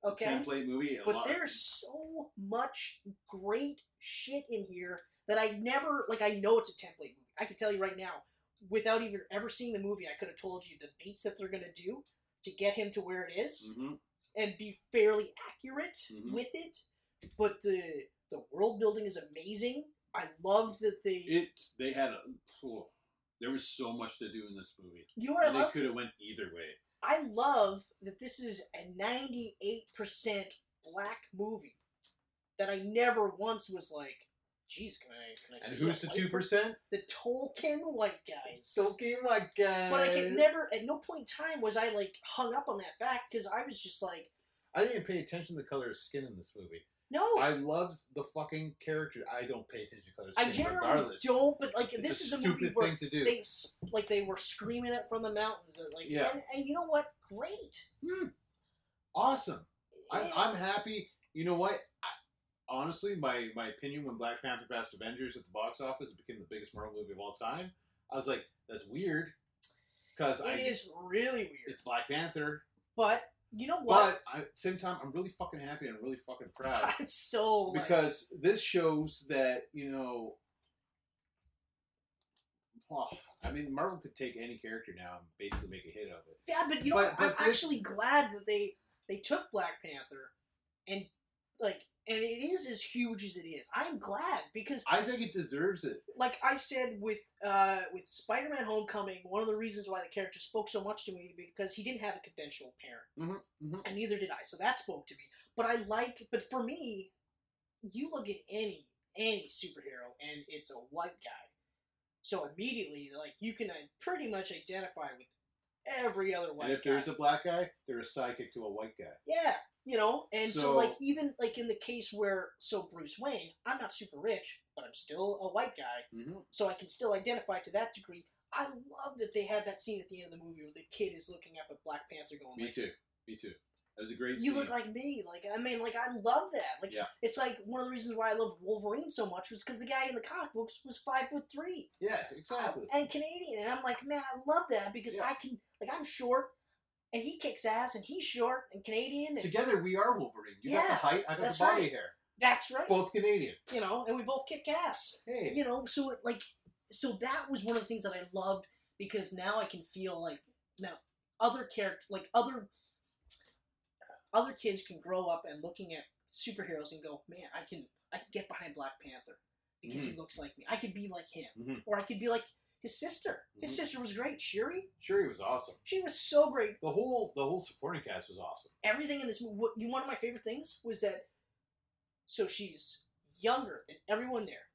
Okay.
Template movie. A
but
lot.
there's so much great shit in here that I never like. I know it's a template movie. I can tell you right now, without even ever seeing the movie, I could have told you the beats that they're gonna do to get him to where it is
Mm-hmm.
Mhm.
and be fairly accurate
Mhm.
with it. But the the world building is amazing. I loved that they.
It's they had a, phew, there was so much to do in this movie.
you know what I
And they
love?
could have went either way.
I love that this is a ninety eight percent black movie that I never once was like, "Geez, can I?" Can I
And
see
who's
a
the
white
two
person?"
percent?
The Tolkien white guys.
Tolkien, my guy.
But I could never, at no point in time was I like hung up on that fact because I was just like,
I didn't even pay attention to the color of skin in this movie.
no,
I loved the fucking character. I don't pay attention to color of
I
skin
generally
regardless.
don't. But like,
It's
this
a
is a
stupid
movie where
thing to do.
they s- like they were screaming it from the mountains. and, Like,
Yeah.
and, and you know what? Great.
awesome. I,
Yeah.
I'm happy. You know what? I, honestly, my, my opinion when Black Panther passed Avengers at the box office it became the biggest Marvel movie of all time, I was like, that's weird. Because
It is really weird.
it's Black Panther.
but you know what?
But I, at the same time, I'm really fucking happy and I'm really fucking proud.
I'm so like,
because this shows that, you know, well, I mean, Marvel could take any character now and basically make a hit of it.
yeah, but you know
but-
what? I'm
but this-
actually glad that they they took Black Panther and like and it is as huge as it is. I'm glad because
I think it deserves it.
like I said with uh, with Spider Man Homecoming, one of the reasons why the character spoke so much to me because he didn't have a conventional parent,
Mhm, mhm.
and neither did I. So that spoke to me. But I like, but for me, you look at any any superhero, and it's a white guy, so immediately like you can uh, pretty much identify with every other white
and if
guy.
there's a black guy, they're a sidekick to a white guy.
Yeah, you know, and so,
So-
like even like in the case where so Bruce Wayne, I'm not super rich, but I'm still a white guy,
Mhm.
so I can still identify to that degree. I love that they had that scene at the end of the movie where the kid is looking up at Black Panther going,
Me
like,
too. Me too. That was a great.
"You
scene.
look like me." Like I mean, like I love that. Like
Yeah.
it's like one of the reasons why I love Wolverine so much was because the guy in the comic books was five foot three
Yeah, exactly.
and Canadian. And I'm like, man, I love that because
Yeah.
I can, like, I'm short and he kicks ass and he's short and Canadian. And
Together we are Wolverine. You got the
Yeah,
height, I got
that's
the body
right.
hair.
that's right.
Both Canadian.
you know, and we both kick ass.
Hey.
You know, so it, like, so that was one of the things that I loved because now I can feel like now other character, like other other kids can grow up and looking at superheroes and go, man, I can I can get behind Black Panther because he looks like me. I could be like him,
Mhm.
or I could be like his sister. His
Mhm.
sister was great, Shuri.
Sure, he was awesome.
She was so great.
The whole the whole supporting cast was awesome.
Everything in this movie. What, one of my favorite things was that. So she's younger than everyone there.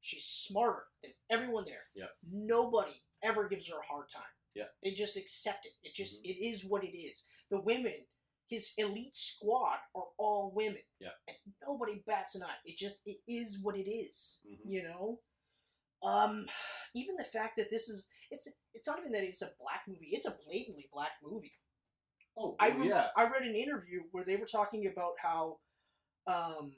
She's smarter than everyone there.
Yep.
Nobody ever gives her a hard time.
Yep.
They just accept it. It just it is what it is. The women, his elite squad are all women.
Yep.
And nobody bats an eye. It just it is what it is
Mhm.
you know um even the fact that this is it's it's not even that it's a black movie it's a blatantly black movie
Oh,
i
oh,
re-
yeah.
i read an interview where they were talking about how um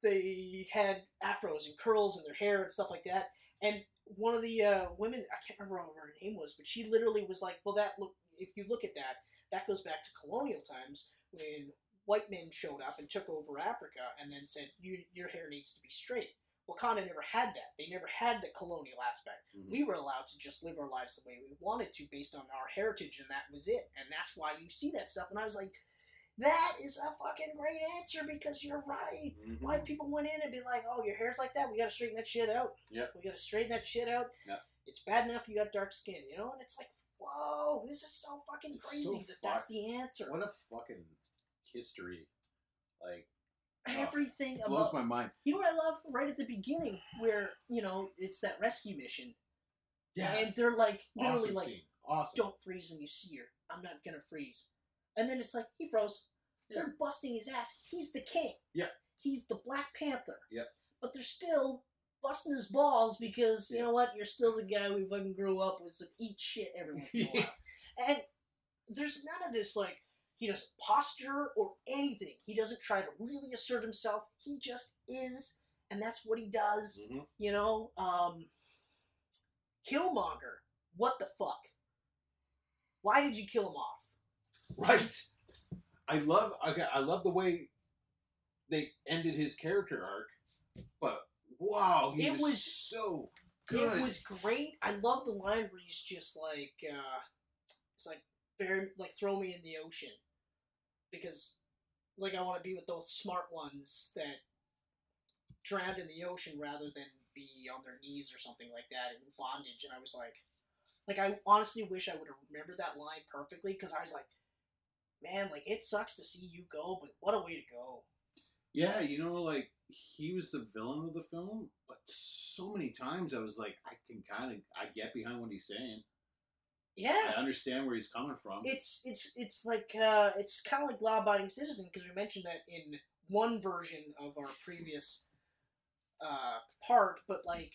they had afros and curls in their hair and stuff like that and one of the uh, women i can't remember what her name was but she literally was like well that look if you look at that that goes back to colonial times when white men showed up and took over africa and then said you, your hair needs to be straight Wakanda never had that. They never had the colonial aspect.
Mhm.
We were allowed to just live our lives the way we wanted to based on our heritage, and that was it. And that's why you see that stuff. And I was like, that is a fucking great answer because you're right.
Mhm.
White people went in and be like, oh, your hair's like that. We got to straighten that shit out.
Yeah.
We got to straighten that shit out.
Yeah.
It's bad enough you got dark skin, you know? And it's like, whoa, this is so fucking
It's
crazy
so
that that's the answer.
What a fucking history. Like
Everything
blows
about
my mind.
You know what I love right at the beginning where you know it's that rescue mission, and they're like literally
awesome
like,
scene. Awesome.
"Don't freeze when you see her." I'm not gonna freeze, and then it's like he froze. They're busting his ass. He's the king.
Yeah.
He's the Black Panther.
Yeah.
But they're still busting his balls because you know what? You're still the guy we fucking grew up with. So eat shit every once in a while. And there's none of this like he doesn't posture or anything. He doesn't try to really assert himself. He just is, and that's what he does.
Mhm.
You know, um, Killmonger. What the fuck? Why did you kill him off?
Right. I love okay, I love the way they ended his character arc, but wow, he
It
was,
was-
so good.
It was great. I love the line where he's just like, uh, it's like, bury, like throw me in the ocean, because, like, I want to be with those smart ones that drowned in the ocean rather than be on their knees or something like that in bondage. And I was like, like I honestly wish I would have remembered that line perfectly because I was like, man, like it sucks to see you go, but what a way to go.
Yeah, you know, like he was the villain of the film, but so many times I was like, I can kind of, I get behind what he's saying.
Yeah.
I understand where he's coming from.
it's it's it's like uh, it's kind of like law-abiding citizen because we mentioned that in one version of our previous uh, part, but like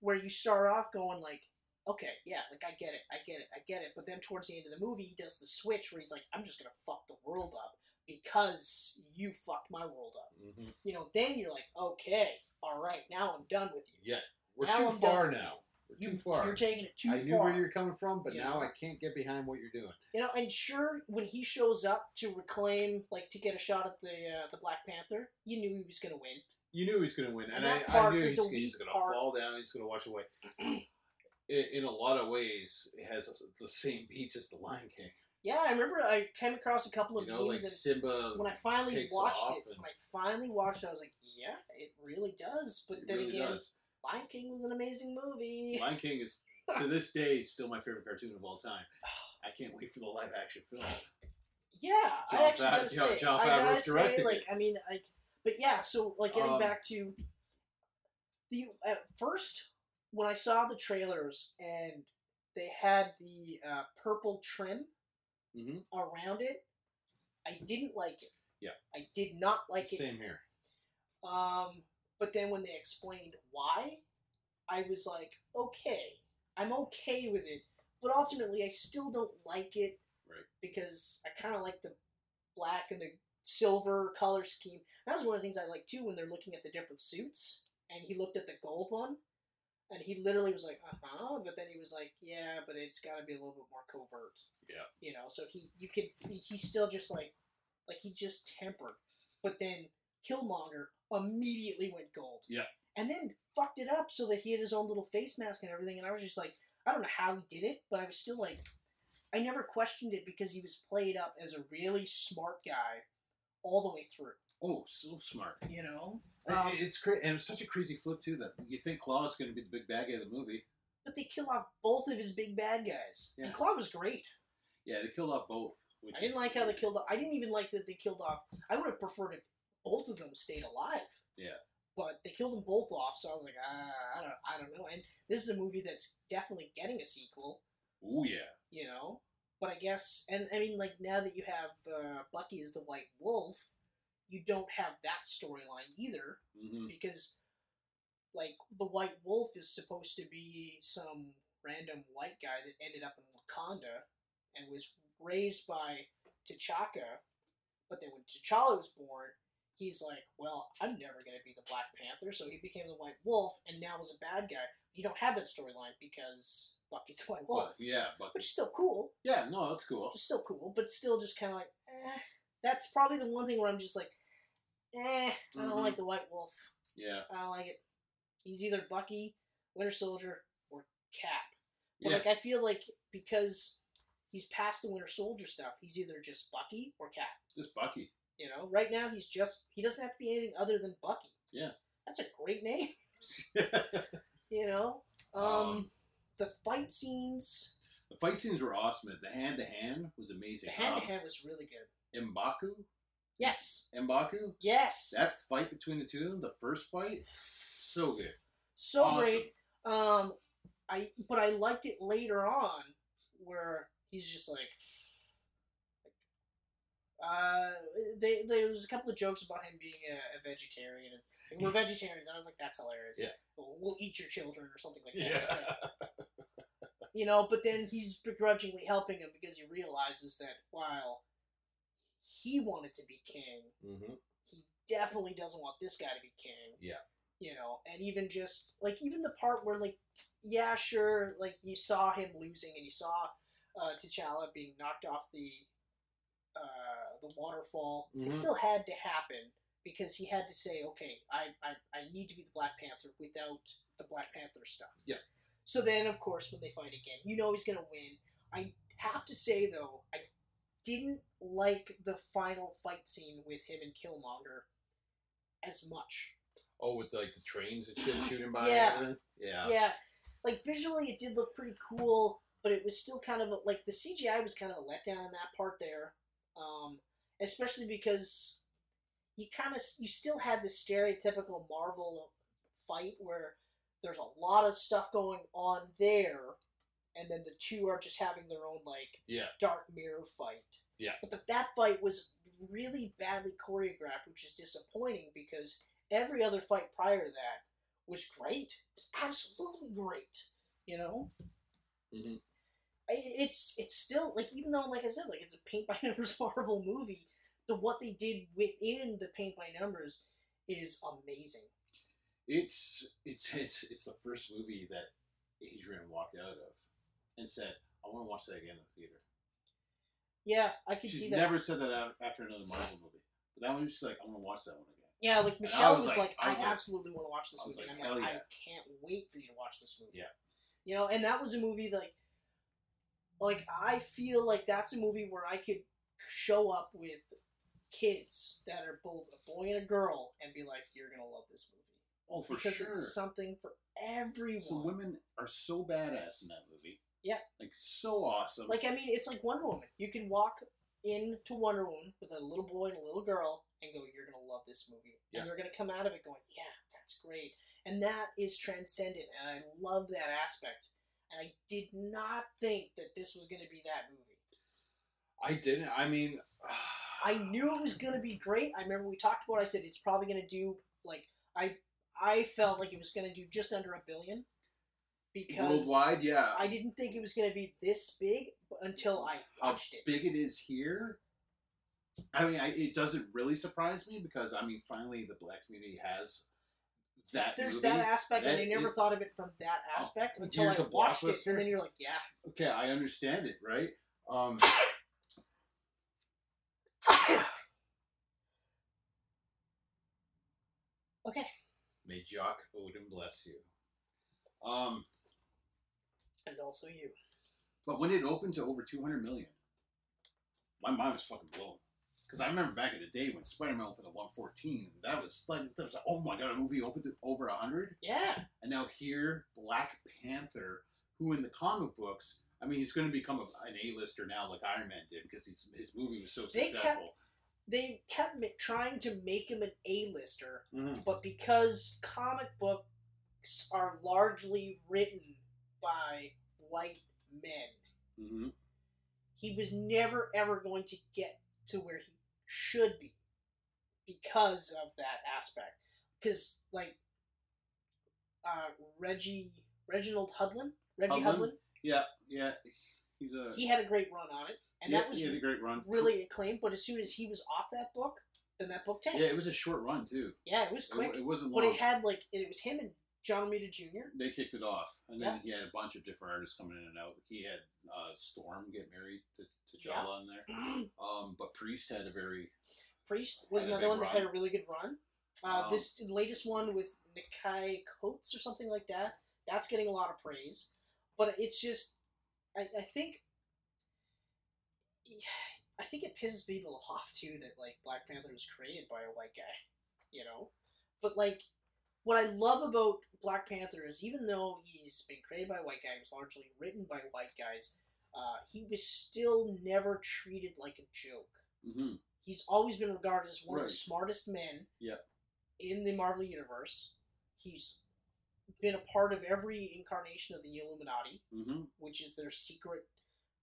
where you start off going like, okay, yeah, like I get it, I get it, I get it, but then towards the end of the movie, he does the switch where he's like, I'm just gonna fuck the world up because you fucked my world up.
Mhm.
You know, then you're like, okay, all right, now I'm done with you.
Yeah, we're
Now
too
I'm
far
done.
now. We're
You,
too far.
You're taking it too
I
far.
knew where you're coming from, but
Yeah.
now I can't get behind what you're doing.
You know, and sure, when he shows up to reclaim, like to get a shot at the uh, the Black Panther, you knew he was gonna win.
You knew he was going to win, and,
And that
I, I
part
knew
is
he's, he's
a weak
going to
part.
fall down. He's going to wash away. in, in a lot of ways, it has the same beats as the Lion King.
Yeah, I remember I came across a couple of
You know, like
memes,
Simba.
and when I finally
takes
watched
off
it,
and-
when I finally watched it, I was like, yeah, it really does. But
it
then
really
again,
does.
Lion King was an amazing movie.
Lion King is to this day still my favorite cartoon of all time.
Oh.
I can't wait for the live action film.
Yeah,
John
I actually
Fav-
gotta
yeah,
say,
John
I
Favreau
gotta say,
directed
like,
it.
I mean, like, but yeah. So, like, getting
Um,
back to the at first when I saw the trailers and they had the uh, purple trim
Mhm.
around it, I didn't like it.
Yeah.
I did not like it.
Same here.
Um, but then when they explained why, I was like, okay, I'm okay with it, but ultimately I still don't like it
Right.
because I kind of like the black and the silver color scheme. That was one of the things I like too when they're looking at the different suits, and he looked at the gold one. And he literally was like, "Uh huh," but then he was like, "Yeah, but it's got to be a little bit more covert."
Yeah.
you know. So he, you can, he's still just like, like he just tempered. But then Killmonger immediately went gold.
Yeah.
And then fucked it up so that he had his own little face mask and everything. And I was just like, I don't know how he did it, but I was still like, I never questioned it because he was played up as a really smart guy all the way through,
Oh, so smart.
you know?
I-
Um,
it's crazy, and it's such a crazy flip too that you think Claw is going to be the big bad guy of the movie.
But they kill off both of his big bad guys.
Yeah.
And Claw was great.
Yeah, they killed off both. Which
I didn't
is-
like how they killed off. I didn't even like that they killed off. I would have preferred if both of them stayed alive.
Yeah.
But they killed them both off, so I was like, ah, I don't, I don't know. And this is a movie that's definitely getting a sequel,
Oh yeah,
you know. But I guess, and I mean, like now that you have uh, Bucky as the White Wolf, you don't have that storyline either
hmm
because, like, the White Wolf is supposed to be some random white guy that ended up in Wakanda and was raised by T'Chaka, but then when T'Challa was born, he's like, "Well, I'm never going to be the Black Panther," so he became the White Wolf and now is a bad guy. You don't have that storyline because Bucky's the White Wolf,
yeah, but
which is still cool.
yeah, no, that's cool.
It's still cool, but still just kind of like, eh. That's probably the one thing where I'm just like, eh, I don't
Mhm.
like the White Wolf.
Yeah,
I don't like it. He's either Bucky, Winter Soldier, or Cap. But
yeah,
like I feel like because he's past the Winter Soldier stuff, he's either just Bucky or Cap.
just Bucky.
You know, right now he's just he doesn't have to be anything other than Bucky.
Yeah.
that's a great name. You know, um,
Um,
the fight scenes,
the fight scenes were awesome. The hand to hand was amazing.
the hand to
Um,
hand was really good.
M'Baku,
Yes,
M'Baku,
yes,
that fight between the two of them, the first fight, so
Mm-hmm.
good.
so
awesome.
great. Um, I but I liked it later on where he's just like, uh, they there was a couple of jokes about him being a, a vegetarian and like, we're vegetarians, and I was like, that's hilarious.
Yeah.
We'll, we'll eat your children or something like that. It's like- you know, but then he's begrudgingly helping him because he realizes that while he wanted to be king,
hmm
he definitely doesn't want this guy to be king.
Yeah.
You know, and even just like even the part where like, yeah, sure, like you saw him losing and you saw uh, T'Challa being knocked off the uh, the waterfall.
Mhm.
It still had to happen because he had to say, okay, I, I I need to be the Black Panther without the Black Panther stuff.
Yeah.
So then, of course, when they fight again, you know he's gonna win. I have to say though, I didn't like the final fight scene with him and Killmonger as much.
Oh, with like the trains and shit shooting by.
Yeah.
And everything? yeah.
yeah, like visually it did look pretty cool, but it was still kind of a, like the CGI was kind of a letdown in that part there, um, especially because you kind of you still had the stereotypical Marvel fight where there's a lot of stuff going on there, and then the two are just having their own like
Yeah.
dark mirror fight.
Yeah.
but the, that fight was really badly choreographed, which is disappointing because every other fight prior to that was great. It was absolutely great. You know,
Mhm.
I, it's it's still like even though like I said like it's a paint by numbers Marvel movie, the what they did within the paint by numbers is amazing.
It's it's it's it's the first movie that Adrian walked out of and said, "I want to watch that again in the theater."
Yeah, I can see
She's
that.
never said that af- after another Marvel movie, but that one was just like, "I want to watch that one again."
yeah, like
I
Michelle
was
was, like,
like- I
I,
was like-
absolutely want to watch this
I was
movie.
like,
and I'm like,
hell yeah.
I can't wait for you to watch this movie.
Yeah.
You know, and that was a movie that, like Like I feel like that's a movie where I could show up with kids that are both a boy and a girl and be like, "You're gonna love this movie."
Oh, for
because
sure.
it's something for everyone.
So women are so badass in that movie.
Yeah.
Like so awesome.
Like I mean, it's like Wonder Woman. You can walk into Wonder Woman with a little boy and a little girl and go, "You're gonna love this movie,"
Yeah.
and they're gonna come out of it going, "Yeah, that's great," and that is transcendent, and I love that aspect. And I did not think that this was gonna be that movie.
I didn't. I mean,
I knew it was gonna be great. I remember we talked about. it. I said it's probably gonna do like I I felt like it was gonna do just under a billion because
worldwide, yeah.
I didn't think it was gonna be this big until I
How
watched it.
big it is here. I mean, I, it doesn't really surprise me because I mean, finally, the black community has that.
There's
movie.
that aspect, and
That
I never
is-
thought of it from that aspect
Oh,
until I
here's a
watched it,
blockbuster.
and then you're like, yeah,
Okay, I understand it, right? Um,
Okay.
May Jock Odin bless you. Um,
and also you.
but when it opened to over 200 million, my mind was fucking blown. Because I remember back in the day when Spider-Man opened at 114, that was like, that was like, oh my god, a movie opened to over 100.
Yeah,
and now here Black Panther, who in the comic books, I mean, he's going to become a, an A-lister now, like Iron Man did, because his his movie was so
They
successful.
they kept ma- trying to make him an A-lister,
Mhm.
but because comic books are largely written by white men,
Mhm.
he was never ever going to get to where he should be because of that aspect. Because like uh, Reggie Reginald Hudlin, Reggie Hudlin,
Hudlin? Yeah, yeah, he's a
he had a great run on it, and
yeah,
that was
he had a great run.
really acclaimed. But as soon as he was off that book, then that book tanked.
yeah, it was a short run too.
Yeah, it was
It, wa-
quick,
it wasn't
but
long.
it had like and it was him and John Romita Jr.
they kicked it off, and then he had a bunch of different artists coming in and out. He had uh, Storm get married to, to
Yeah.
Jala in there, um, but Priest had a very
Priest was
Had a
another
big
one that had a
run.
really good run. Uh,
Um,
this latest one with Nikai Coates or something like that, that's getting a lot of praise. But it's just, I, I think, I think it pisses people off too that like Black Panther was created by a white guy, you know. But like, what I love about Black Panther is even though he's been created by a white guy, he was largely written by white guys. Uh, he was still never treated like a joke
hmm
he's always been regarded as one of
Right.
the smartest men
Yeah.
in the Marvel Universe. He's been a part of every incarnation of the Illuminati,
hmm
which is their secret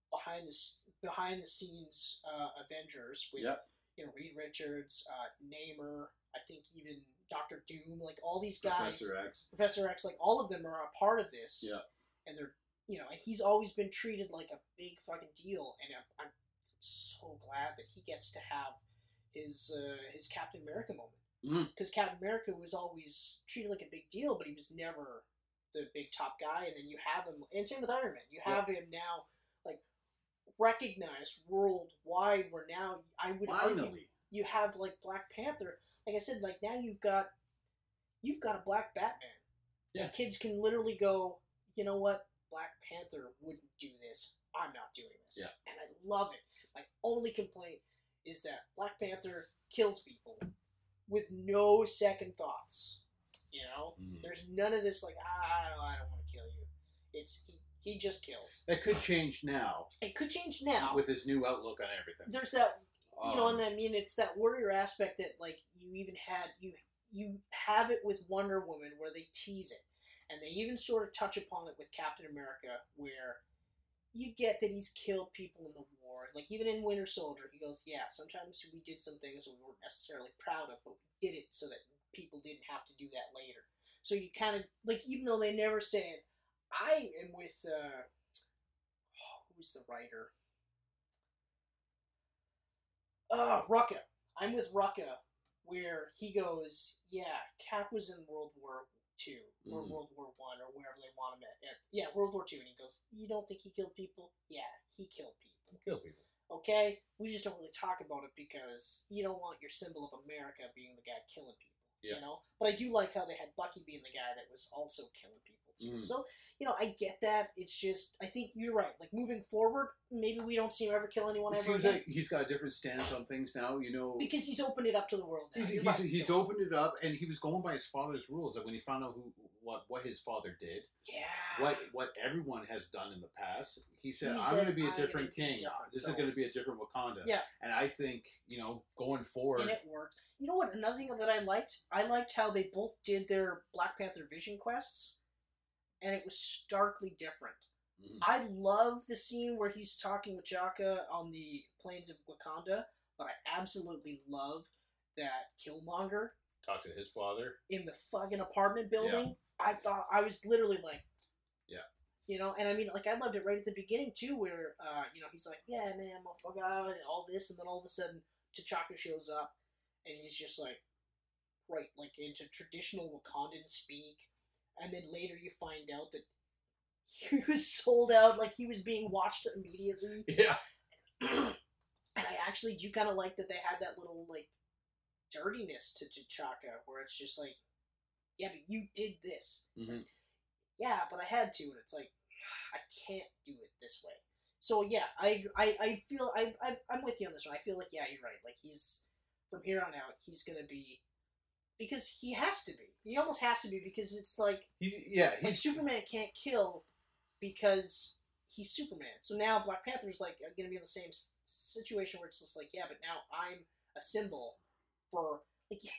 behind the s- behind the scenes uh, Avengers with
Yeah.
you know Reed Richards, uh, Namer, I think even Doctor Doom, like all these guys,
Professor X.
Professor X, like all of them are a part of this.
Yeah.
And they're, you know, and he's always been treated like a big fucking deal. And I'm, I'm so glad that he gets to have his uh, his Captain America moment.
Mhm.
Because Captain America was always treated like a big deal, but he was never the big top guy. And then you have him, and same with Iron Man, you have him now, like recognized worldwide. Where now I would argue
Finally,
you have like Black Panther. Like I said, like now you've got you've got a black Batman.
Yeah.
And kids can literally go, you know what? Black Panther wouldn't do this. I'm not doing this.
Yeah.
And I love it. My only complaint is that Black Panther kills people with no second thoughts. You know?
Mhm.
There's none of this like ah, I don't, I don't want to kill you. It's he, he just kills.
that could change now
It could change now.
with his new outlook on everything.
there's that you know,
Um,
and I mean, it's that warrior aspect that like you even had you you have it with Wonder Woman where they tease it, and they even sort of touch upon it with Captain America where you get that he's killed people in the war. Like even in Winter Soldier, he goes, "Yeah, sometimes we did some things we weren't necessarily proud of, but we did it so that people didn't have to do that later." So you kind of like, even though they never say it, I am with uh, who's the writer? uh, Rucka. I'm with Rucka, where he goes, yeah, Cap was in World War Two or
Mhm.
World War One or wherever they want him at. at- Yeah, World War Two, and he goes, you don't think he killed people? Yeah, he killed people.
kill people.
Okay, we just don't really talk about it because you don't want your symbol of America being the guy killing people.
Yeah.
You know, but I do like how they had Bucky being the guy that was also killing people too.
Mhm.
So you know, I get that. It's just I think you're right. Like moving forward, maybe we don't see him ever kill anyone
It
ever
seems
again
like he's got a different stance on things now. You know,
because he's opened it up to the world. Now.
he's,
You're
he's,
right.
he's
So-
opened it up, and he was going by his father's rules. Like when he found out who what what his father did,
yeah.
what what everyone has done in the past, he said,
He
"I'm
said,
going to be
"I'm
a
gonna
different
be
king.
different,"
This
so-
is going to be a different Wakanda."
Yeah.
and I think you know going forward,
and it worked. You know what? Another thing that I liked, I liked how they both did their Black Panther vision quests, and it was starkly different.
Mhm.
I love the scene where he's talking with Jaka on the plains of Wakanda, but I absolutely love that Killmonger
talk to his father.
in the fucking apartment building. I thought I was literally like,
Yeah.
you know. And I mean, like I loved it right at the beginning too, where uh, you know he's like, yeah, man, motherfucker, and all this, and then all of a sudden T'Chaka shows up, and he's just like, right, like into traditional Wakandan speak, and then later you find out that. He was sold out, like he was being watched immediately.
Yeah,
and I actually do kind of like that they had that little like dirtiness to T'Chaka, where it's just like, yeah, but you did this. It's like, yeah, but I had to, and it's like, I can't do it this way. So yeah, I I, I feel I, I I'm with you on this one. I feel like yeah, you're right. Like he's from here on out, he's gonna be because he has to be. He almost has to be because it's like
he, yeah,
like
he's
Superman can't kill because he's Superman. So now Black Panther's like going to be in the same s- situation where it's just like, yeah, but now I'm a symbol for like.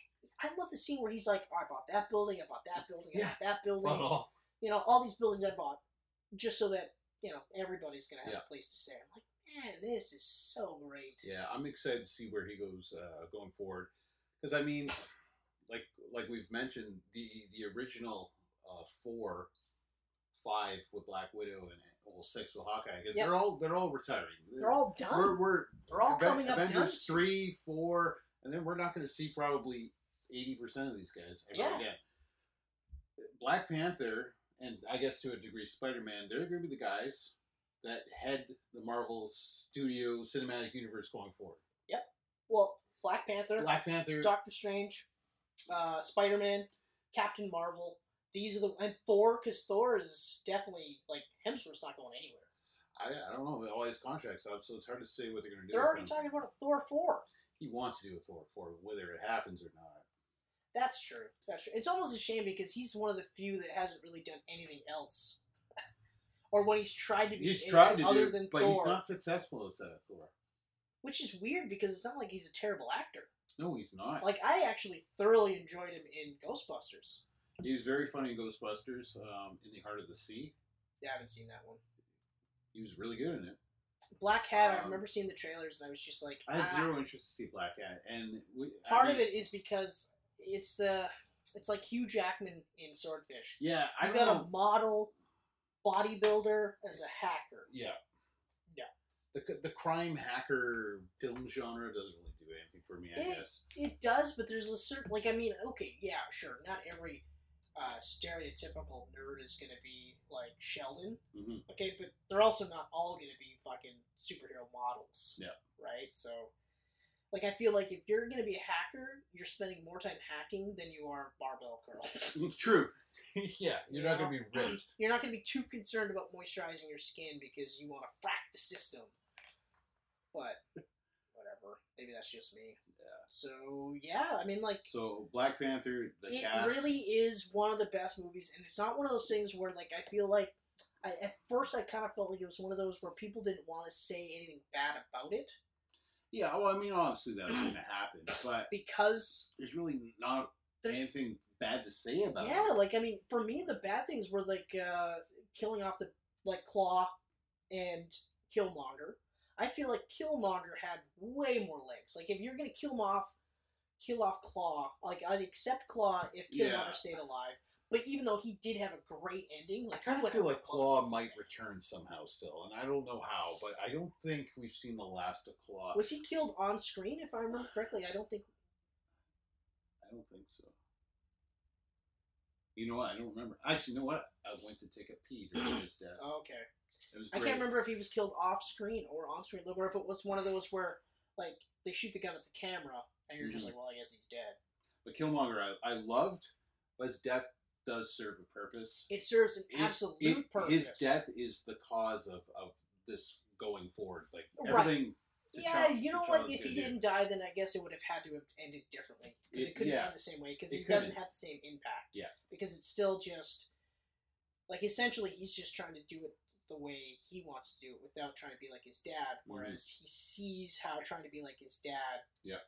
I love the scene where he's like, oh, I bought that building, I bought that building, I bought that building.
not all.
You know, all these buildings I bought just so that you know everybody's going to have
Yeah.
a place to stay. I'm like, man, this is so great.
Yeah, I'm excited to see where he goes uh, going forward. Because I mean, like like we've mentioned, the the original uh, four, five with Black Widow and well six with Hawkeye. 'cause
Yep.
they're all they're all retiring.
They're all done.
we're, we're
They're all
Aven-
coming up done
Avengers
soon.
three, four, and then we're not going to see probably eighty percent of these guys ever
Yeah.
again. Black Panther and I guess to a degree Spider Man, they're going to be the guys that head the Marvel Studio Cinematic Universe going forward.
well, Black Panther,
Black Panther,
Doctor Strange, uh, Spider Man, Captain Marvel. These are the and Thor because Thor is definitely like Hemsworth's not going anywhere.
I, I don't know. All his contracts up, so it's hard to say what they're going to do.
They're
with
already
him.
talking about a Thor four.
He wants to do a Thor four, whether it happens or not.
That's true. That's true. It's almost a shame because he's one of the few that hasn't really done anything else, or when he's tried to be
He's
anything
trying to
other
do,
than
but
Thor,
he's not successful outside of Thor.
which is weird because it's not like he's a terrible actor.
No, he's not.
Like I actually thoroughly enjoyed him in Ghostbusters.
he was very funny in Ghostbusters, um, in the Heart of the Sea.
Yeah, I haven't seen that one.
He was really good in it.
Black Hat. I
Um,
remember seeing the trailers and I was just like,
I had
"Ah."
zero interest to see Black Cat, and we, I
Part
mean,
of it is because it's the it's like Hugh Jackman in Swordfish.
Yeah, I
I've
don't
got
know.
a model bodybuilder as a hacker.
Yeah,
Yeah.
The the crime hacker film genre doesn't really do anything for me. I
Eh.
guess.
It does, but there's a certain like I mean, okay, yeah, sure. Not every uh, stereotypical nerd is gonna be like Sheldon.
hmm
Okay, but they're also not all gonna be fucking superhero models.
Yeah.
Right? So like I feel like if you're gonna be a hacker, you're spending more time hacking than you are barbell curls.
True. yeah, you're
You
not
know?
gonna be ripped.
You're not going to be too concerned about moisturizing your skin because you want to frack the system. But whatever. Maybe that's just me.
Yeah.
So yeah, I mean, like
So Black Panther, the
it
cast.
really is one of the best movies, and it's not one of those things where like I feel like I at first I kind of felt like it was one of those where people didn't want to say anything bad about it
Yeah, well, I mean, obviously that was going to happen, but
because
there's really not
there's
anything bad to say about
Yeah,
it.
like I mean, for me, the bad things were like uh, killing off the like Claw and Killmonger. I feel like Killmonger had way more legs. Like if you're gonna kill him off, kill off Claw. Like I'd accept Claw if Killmonger
Yeah.
stayed alive. But even though he did have a great ending,
I
like
kind
I
of
would
feel
have
like Claw might return somehow still, and I don't know how, but I don't think we've seen the last of Claw.
Was he killed on screen? If I remember correctly, I don't think.
I don't think so. You know what? I don't remember. Actually, you know what? I went to take a pee during his death.
Okay.
It was
I
Oh, great.
can't remember if he was killed off screen or on screen, or if it was one of those where like they shoot the gun at the camera and you're just
Mhm.
like, well, I guess he's dead.
But Killmonger, I, I loved, but his death does serve a purpose.
It serves an
It-
absolute
it-
purpose.
His death is the cause of, of this going forward. Like
Right.
everything.
Yeah,
T'Challa-
you know
T'Challa's
what?
gonna
If he
do.
didn't die, then I guess it would have had to have ended differently because it,
It-
couldn't
yeah.
end the same way because
It
it, doesn't
couldn't.
have the same impact.
Yeah.
because it's still just like essentially he's just trying to do it the way he wants to do it without trying to be like his dad. Whereas he sees how trying to be like his dad.
Yeah.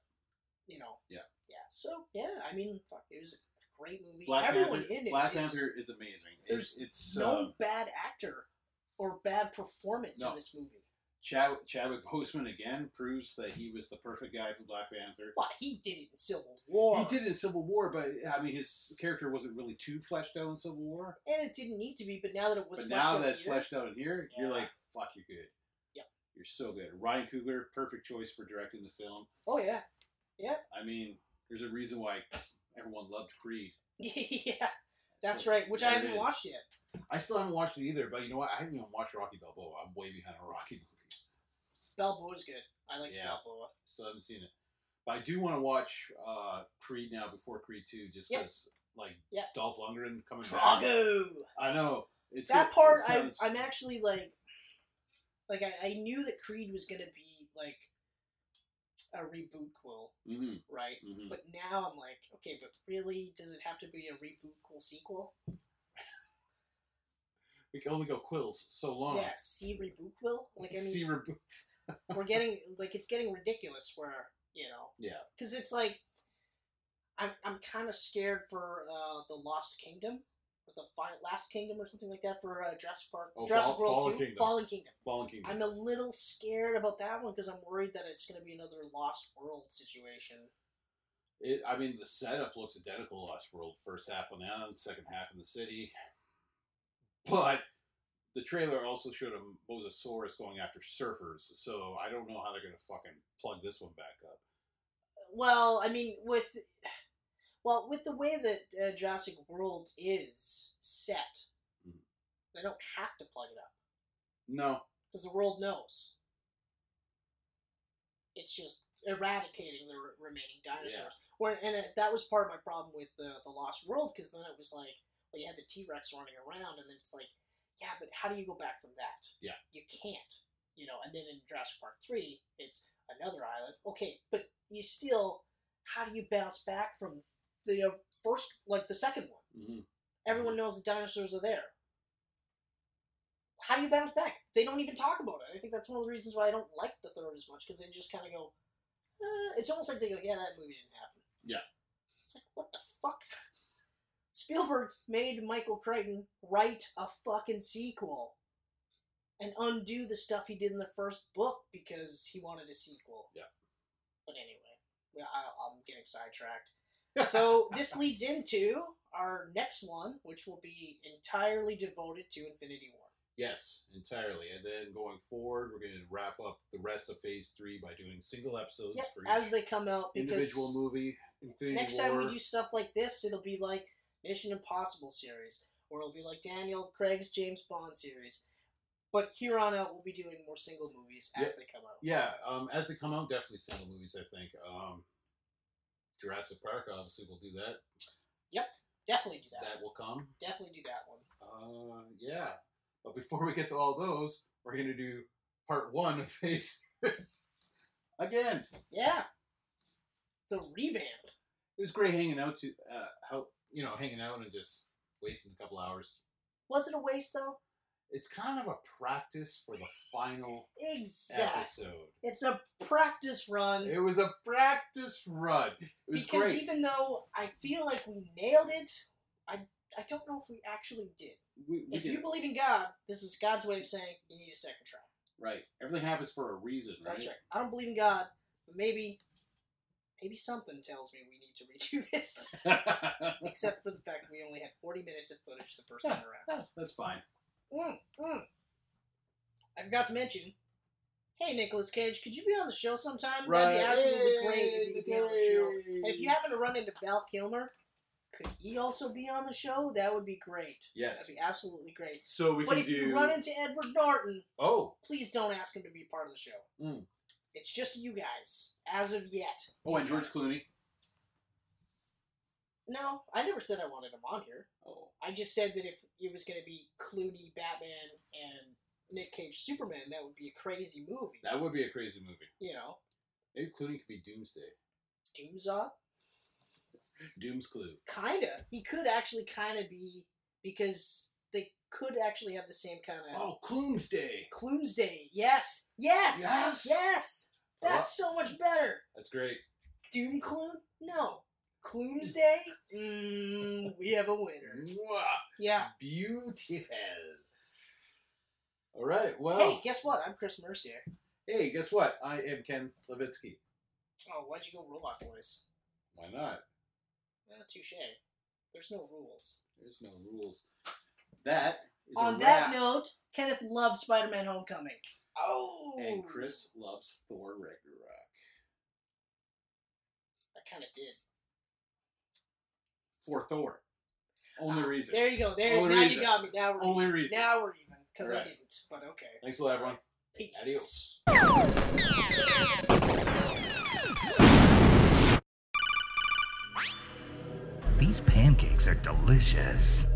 you know.
Yeah.
yeah. So yeah, I mean, fuck, it was a great movie.
Black
Everyone
Panther,
in it
Black
is
Panther is amazing.
There's
It's, it's
no
uh,
bad actor or bad performance
No.
in this movie.
Chad, Chadwick Boseman again proves that he was the perfect guy for Black Panther.
But he did it in Civil War.
He did it in Civil War, but I mean, his character wasn't really too fleshed out in Civil War.
and it didn't need to be. But now that it was,
But
fleshed
now
out
that's
here,
fleshed out in here, you're
Yeah.
like, fuck, you're good.
Yep.
You're so good. Ryan Coogler, perfect choice for directing the film.
Oh yeah,
I mean, there's a reason why everyone loved Creed.
yeah, that's
So-
right. Which I
There it
haven't
is.
watched yet.
I still haven't watched it either, but you know what? I haven't even watched Rocky Balboa. I'm way behind on Rocky movies,
Balboa's good. I liked
Yeah.
Balboa.
so I haven't seen it. But I do want to watch uh, Creed now before Creed 2, just
Yep.
because, like,
Yep.
Dolph Lundgren coming back.
Drago.
I know. It's
That
good.
part,
It
I,
sounds-
I'm actually like, like I, I knew that Creed was gonna be like a reboot quill,
Mhm,
right?
mhm.
But now I'm like, okay, but really, does it have to be a reboot quill sequel?
We can only go quills so long.
Yeah, see reboot quill. Like I mean,
See, we're-
we're getting like it's getting ridiculous where you know
Yeah.
because it's like i'm, I'm kind of scared for uh, the lost kingdom or the Fi- last kingdom or something like that for uh, Jurassic Park
Oh,
Jurassic
Fall-
World
Fallen
2
Kingdom.
Fallen Kingdom
Fallen Kingdom.
i'm a little scared about that one because i'm worried that it's going to be another lost world situation
It, I mean, the setup looks identical to Lost World. First half on the island, second half in the city. But the trailer also showed a Mosasaurus going after surfers, so I don't know how they're going to fucking plug this one back up.
well i mean with well with the way that uh, Jurassic World is set
Mhm.
they don't have to plug it up
No.
because the world knows. It's just eradicating the re- remaining dinosaurs. Where and uh, that was part of my problem with the the Lost World because then it was like, well, you had the T Rex running around, and then it's like, yeah, but how do you go back from that?
Yeah.
you can't. You know, and then in Jurassic Park three, it's another island. Okay, but you still, how do you bounce back from the uh, first, like the second one?
Mm-hmm.
Everyone knows the dinosaurs are there. How do you bounce back? They don't even talk about it. I think that's one of the reasons why I don't like the third as much because they just kind of go. Uh, it's almost like they go, "Yeah, that movie didn't happen."
Yeah.
It's like what the fuck. Spielberg made Michael Crichton write a fucking sequel, and undo the stuff he did in the first book because he wanted a sequel.
Yeah.
But anyway, well, I, I'm getting sidetracked so this leads into our next one, which will be entirely devoted to Infinity War.
Yes, entirely. And then going forward, we're going to wrap up the rest of Phase 3 by doing single episodes
Yep,
for
as
each
they come out because
individual movie. Infinity
next
War.
time we do stuff like this, it'll be like Mission Impossible series, or it'll be like Daniel Craig's James Bond series. But here on out, we'll be doing more single movies as they come out.
Yeah, um, as they come out, definitely single movies. I think um, Jurassic Park obviously will do that.
Definitely do that.
That will come.
Definitely do that
Uh,
one.
yeah, but before we get to all those, we're gonna do part one of Phase again.
Yeah. The revamp.
It was great hanging out to uh, how you know hanging out and just wasting a couple hours.
Was it a waste though?
It's kind of a practice for the final
Exactly.
episode.
It's a practice run.
It was a practice run. It was
because
great.
even though I feel like we nailed it, I I don't know if we actually did.
we, we
if
did-
you believe in God, this is God's way of saying you need a second try.
right, everything happens for a reason, right?
That's right. I don't believe in God, but maybe maybe something tells me we need to redo this. Except for the fact we only had 40 minutes of footage the first time around.
That's fine.
Mm, mm. I forgot to mention. Hey, Nicolas Cage, could you be on the show sometime? That'd be absolutely great if you could be on the show. And if you happen to run into Val Kilmer, could he also be on the show? That would be great.
yes.
That'd be absolutely great.
So we
But
can
if
do.
you run into Edward Norton,
oh,
please don't ask him to be part of the show.
Mm.
It's just you guys, as of yet.
oh, and George Clooney.
No, I never said I wanted him on here.
Oh,
I just said that if it was going to be Clooney, Batman, and Nick Cage, Superman, that would be a crazy movie.
that would be a crazy movie.
you know,
Maybe Clooney could be Doomsday.
Doomsday.
Doom's Clue.
Kinda. He could actually kind of be because they could actually have the same kind of.
Oh, Cloomsday.
Cloomsday. Yes. Yes.
Yes.
Yes. That's so much better.
That's great.
Doom Clune? No. Cloomsday? Mm, we have a winner.
Mwah.
Yeah.
Beautiful. All right. Well,
Hey, guess what? I'm Chris Mercier.
hey, guess what? I am Ken Levitsky.
Oh, why'd you go robot voice?
Why not?
Eh, touche. There's no rules.
There's no rules. That is a
On that
wrap.
note, Kenneth loves Spider Man Homecoming. Oh!
And Chris loves Thor Ragnarok.
I kind of did.
For Thor. Only
Ah,
reason.
There you go. There.
Only
now
reason.
you got me. Now we're
Only reason.
Now we're even. Because I
Alright.
didn't. But okay.
Thanks a lot, everyone.
Peace.
Adios.
These pancakes are delicious.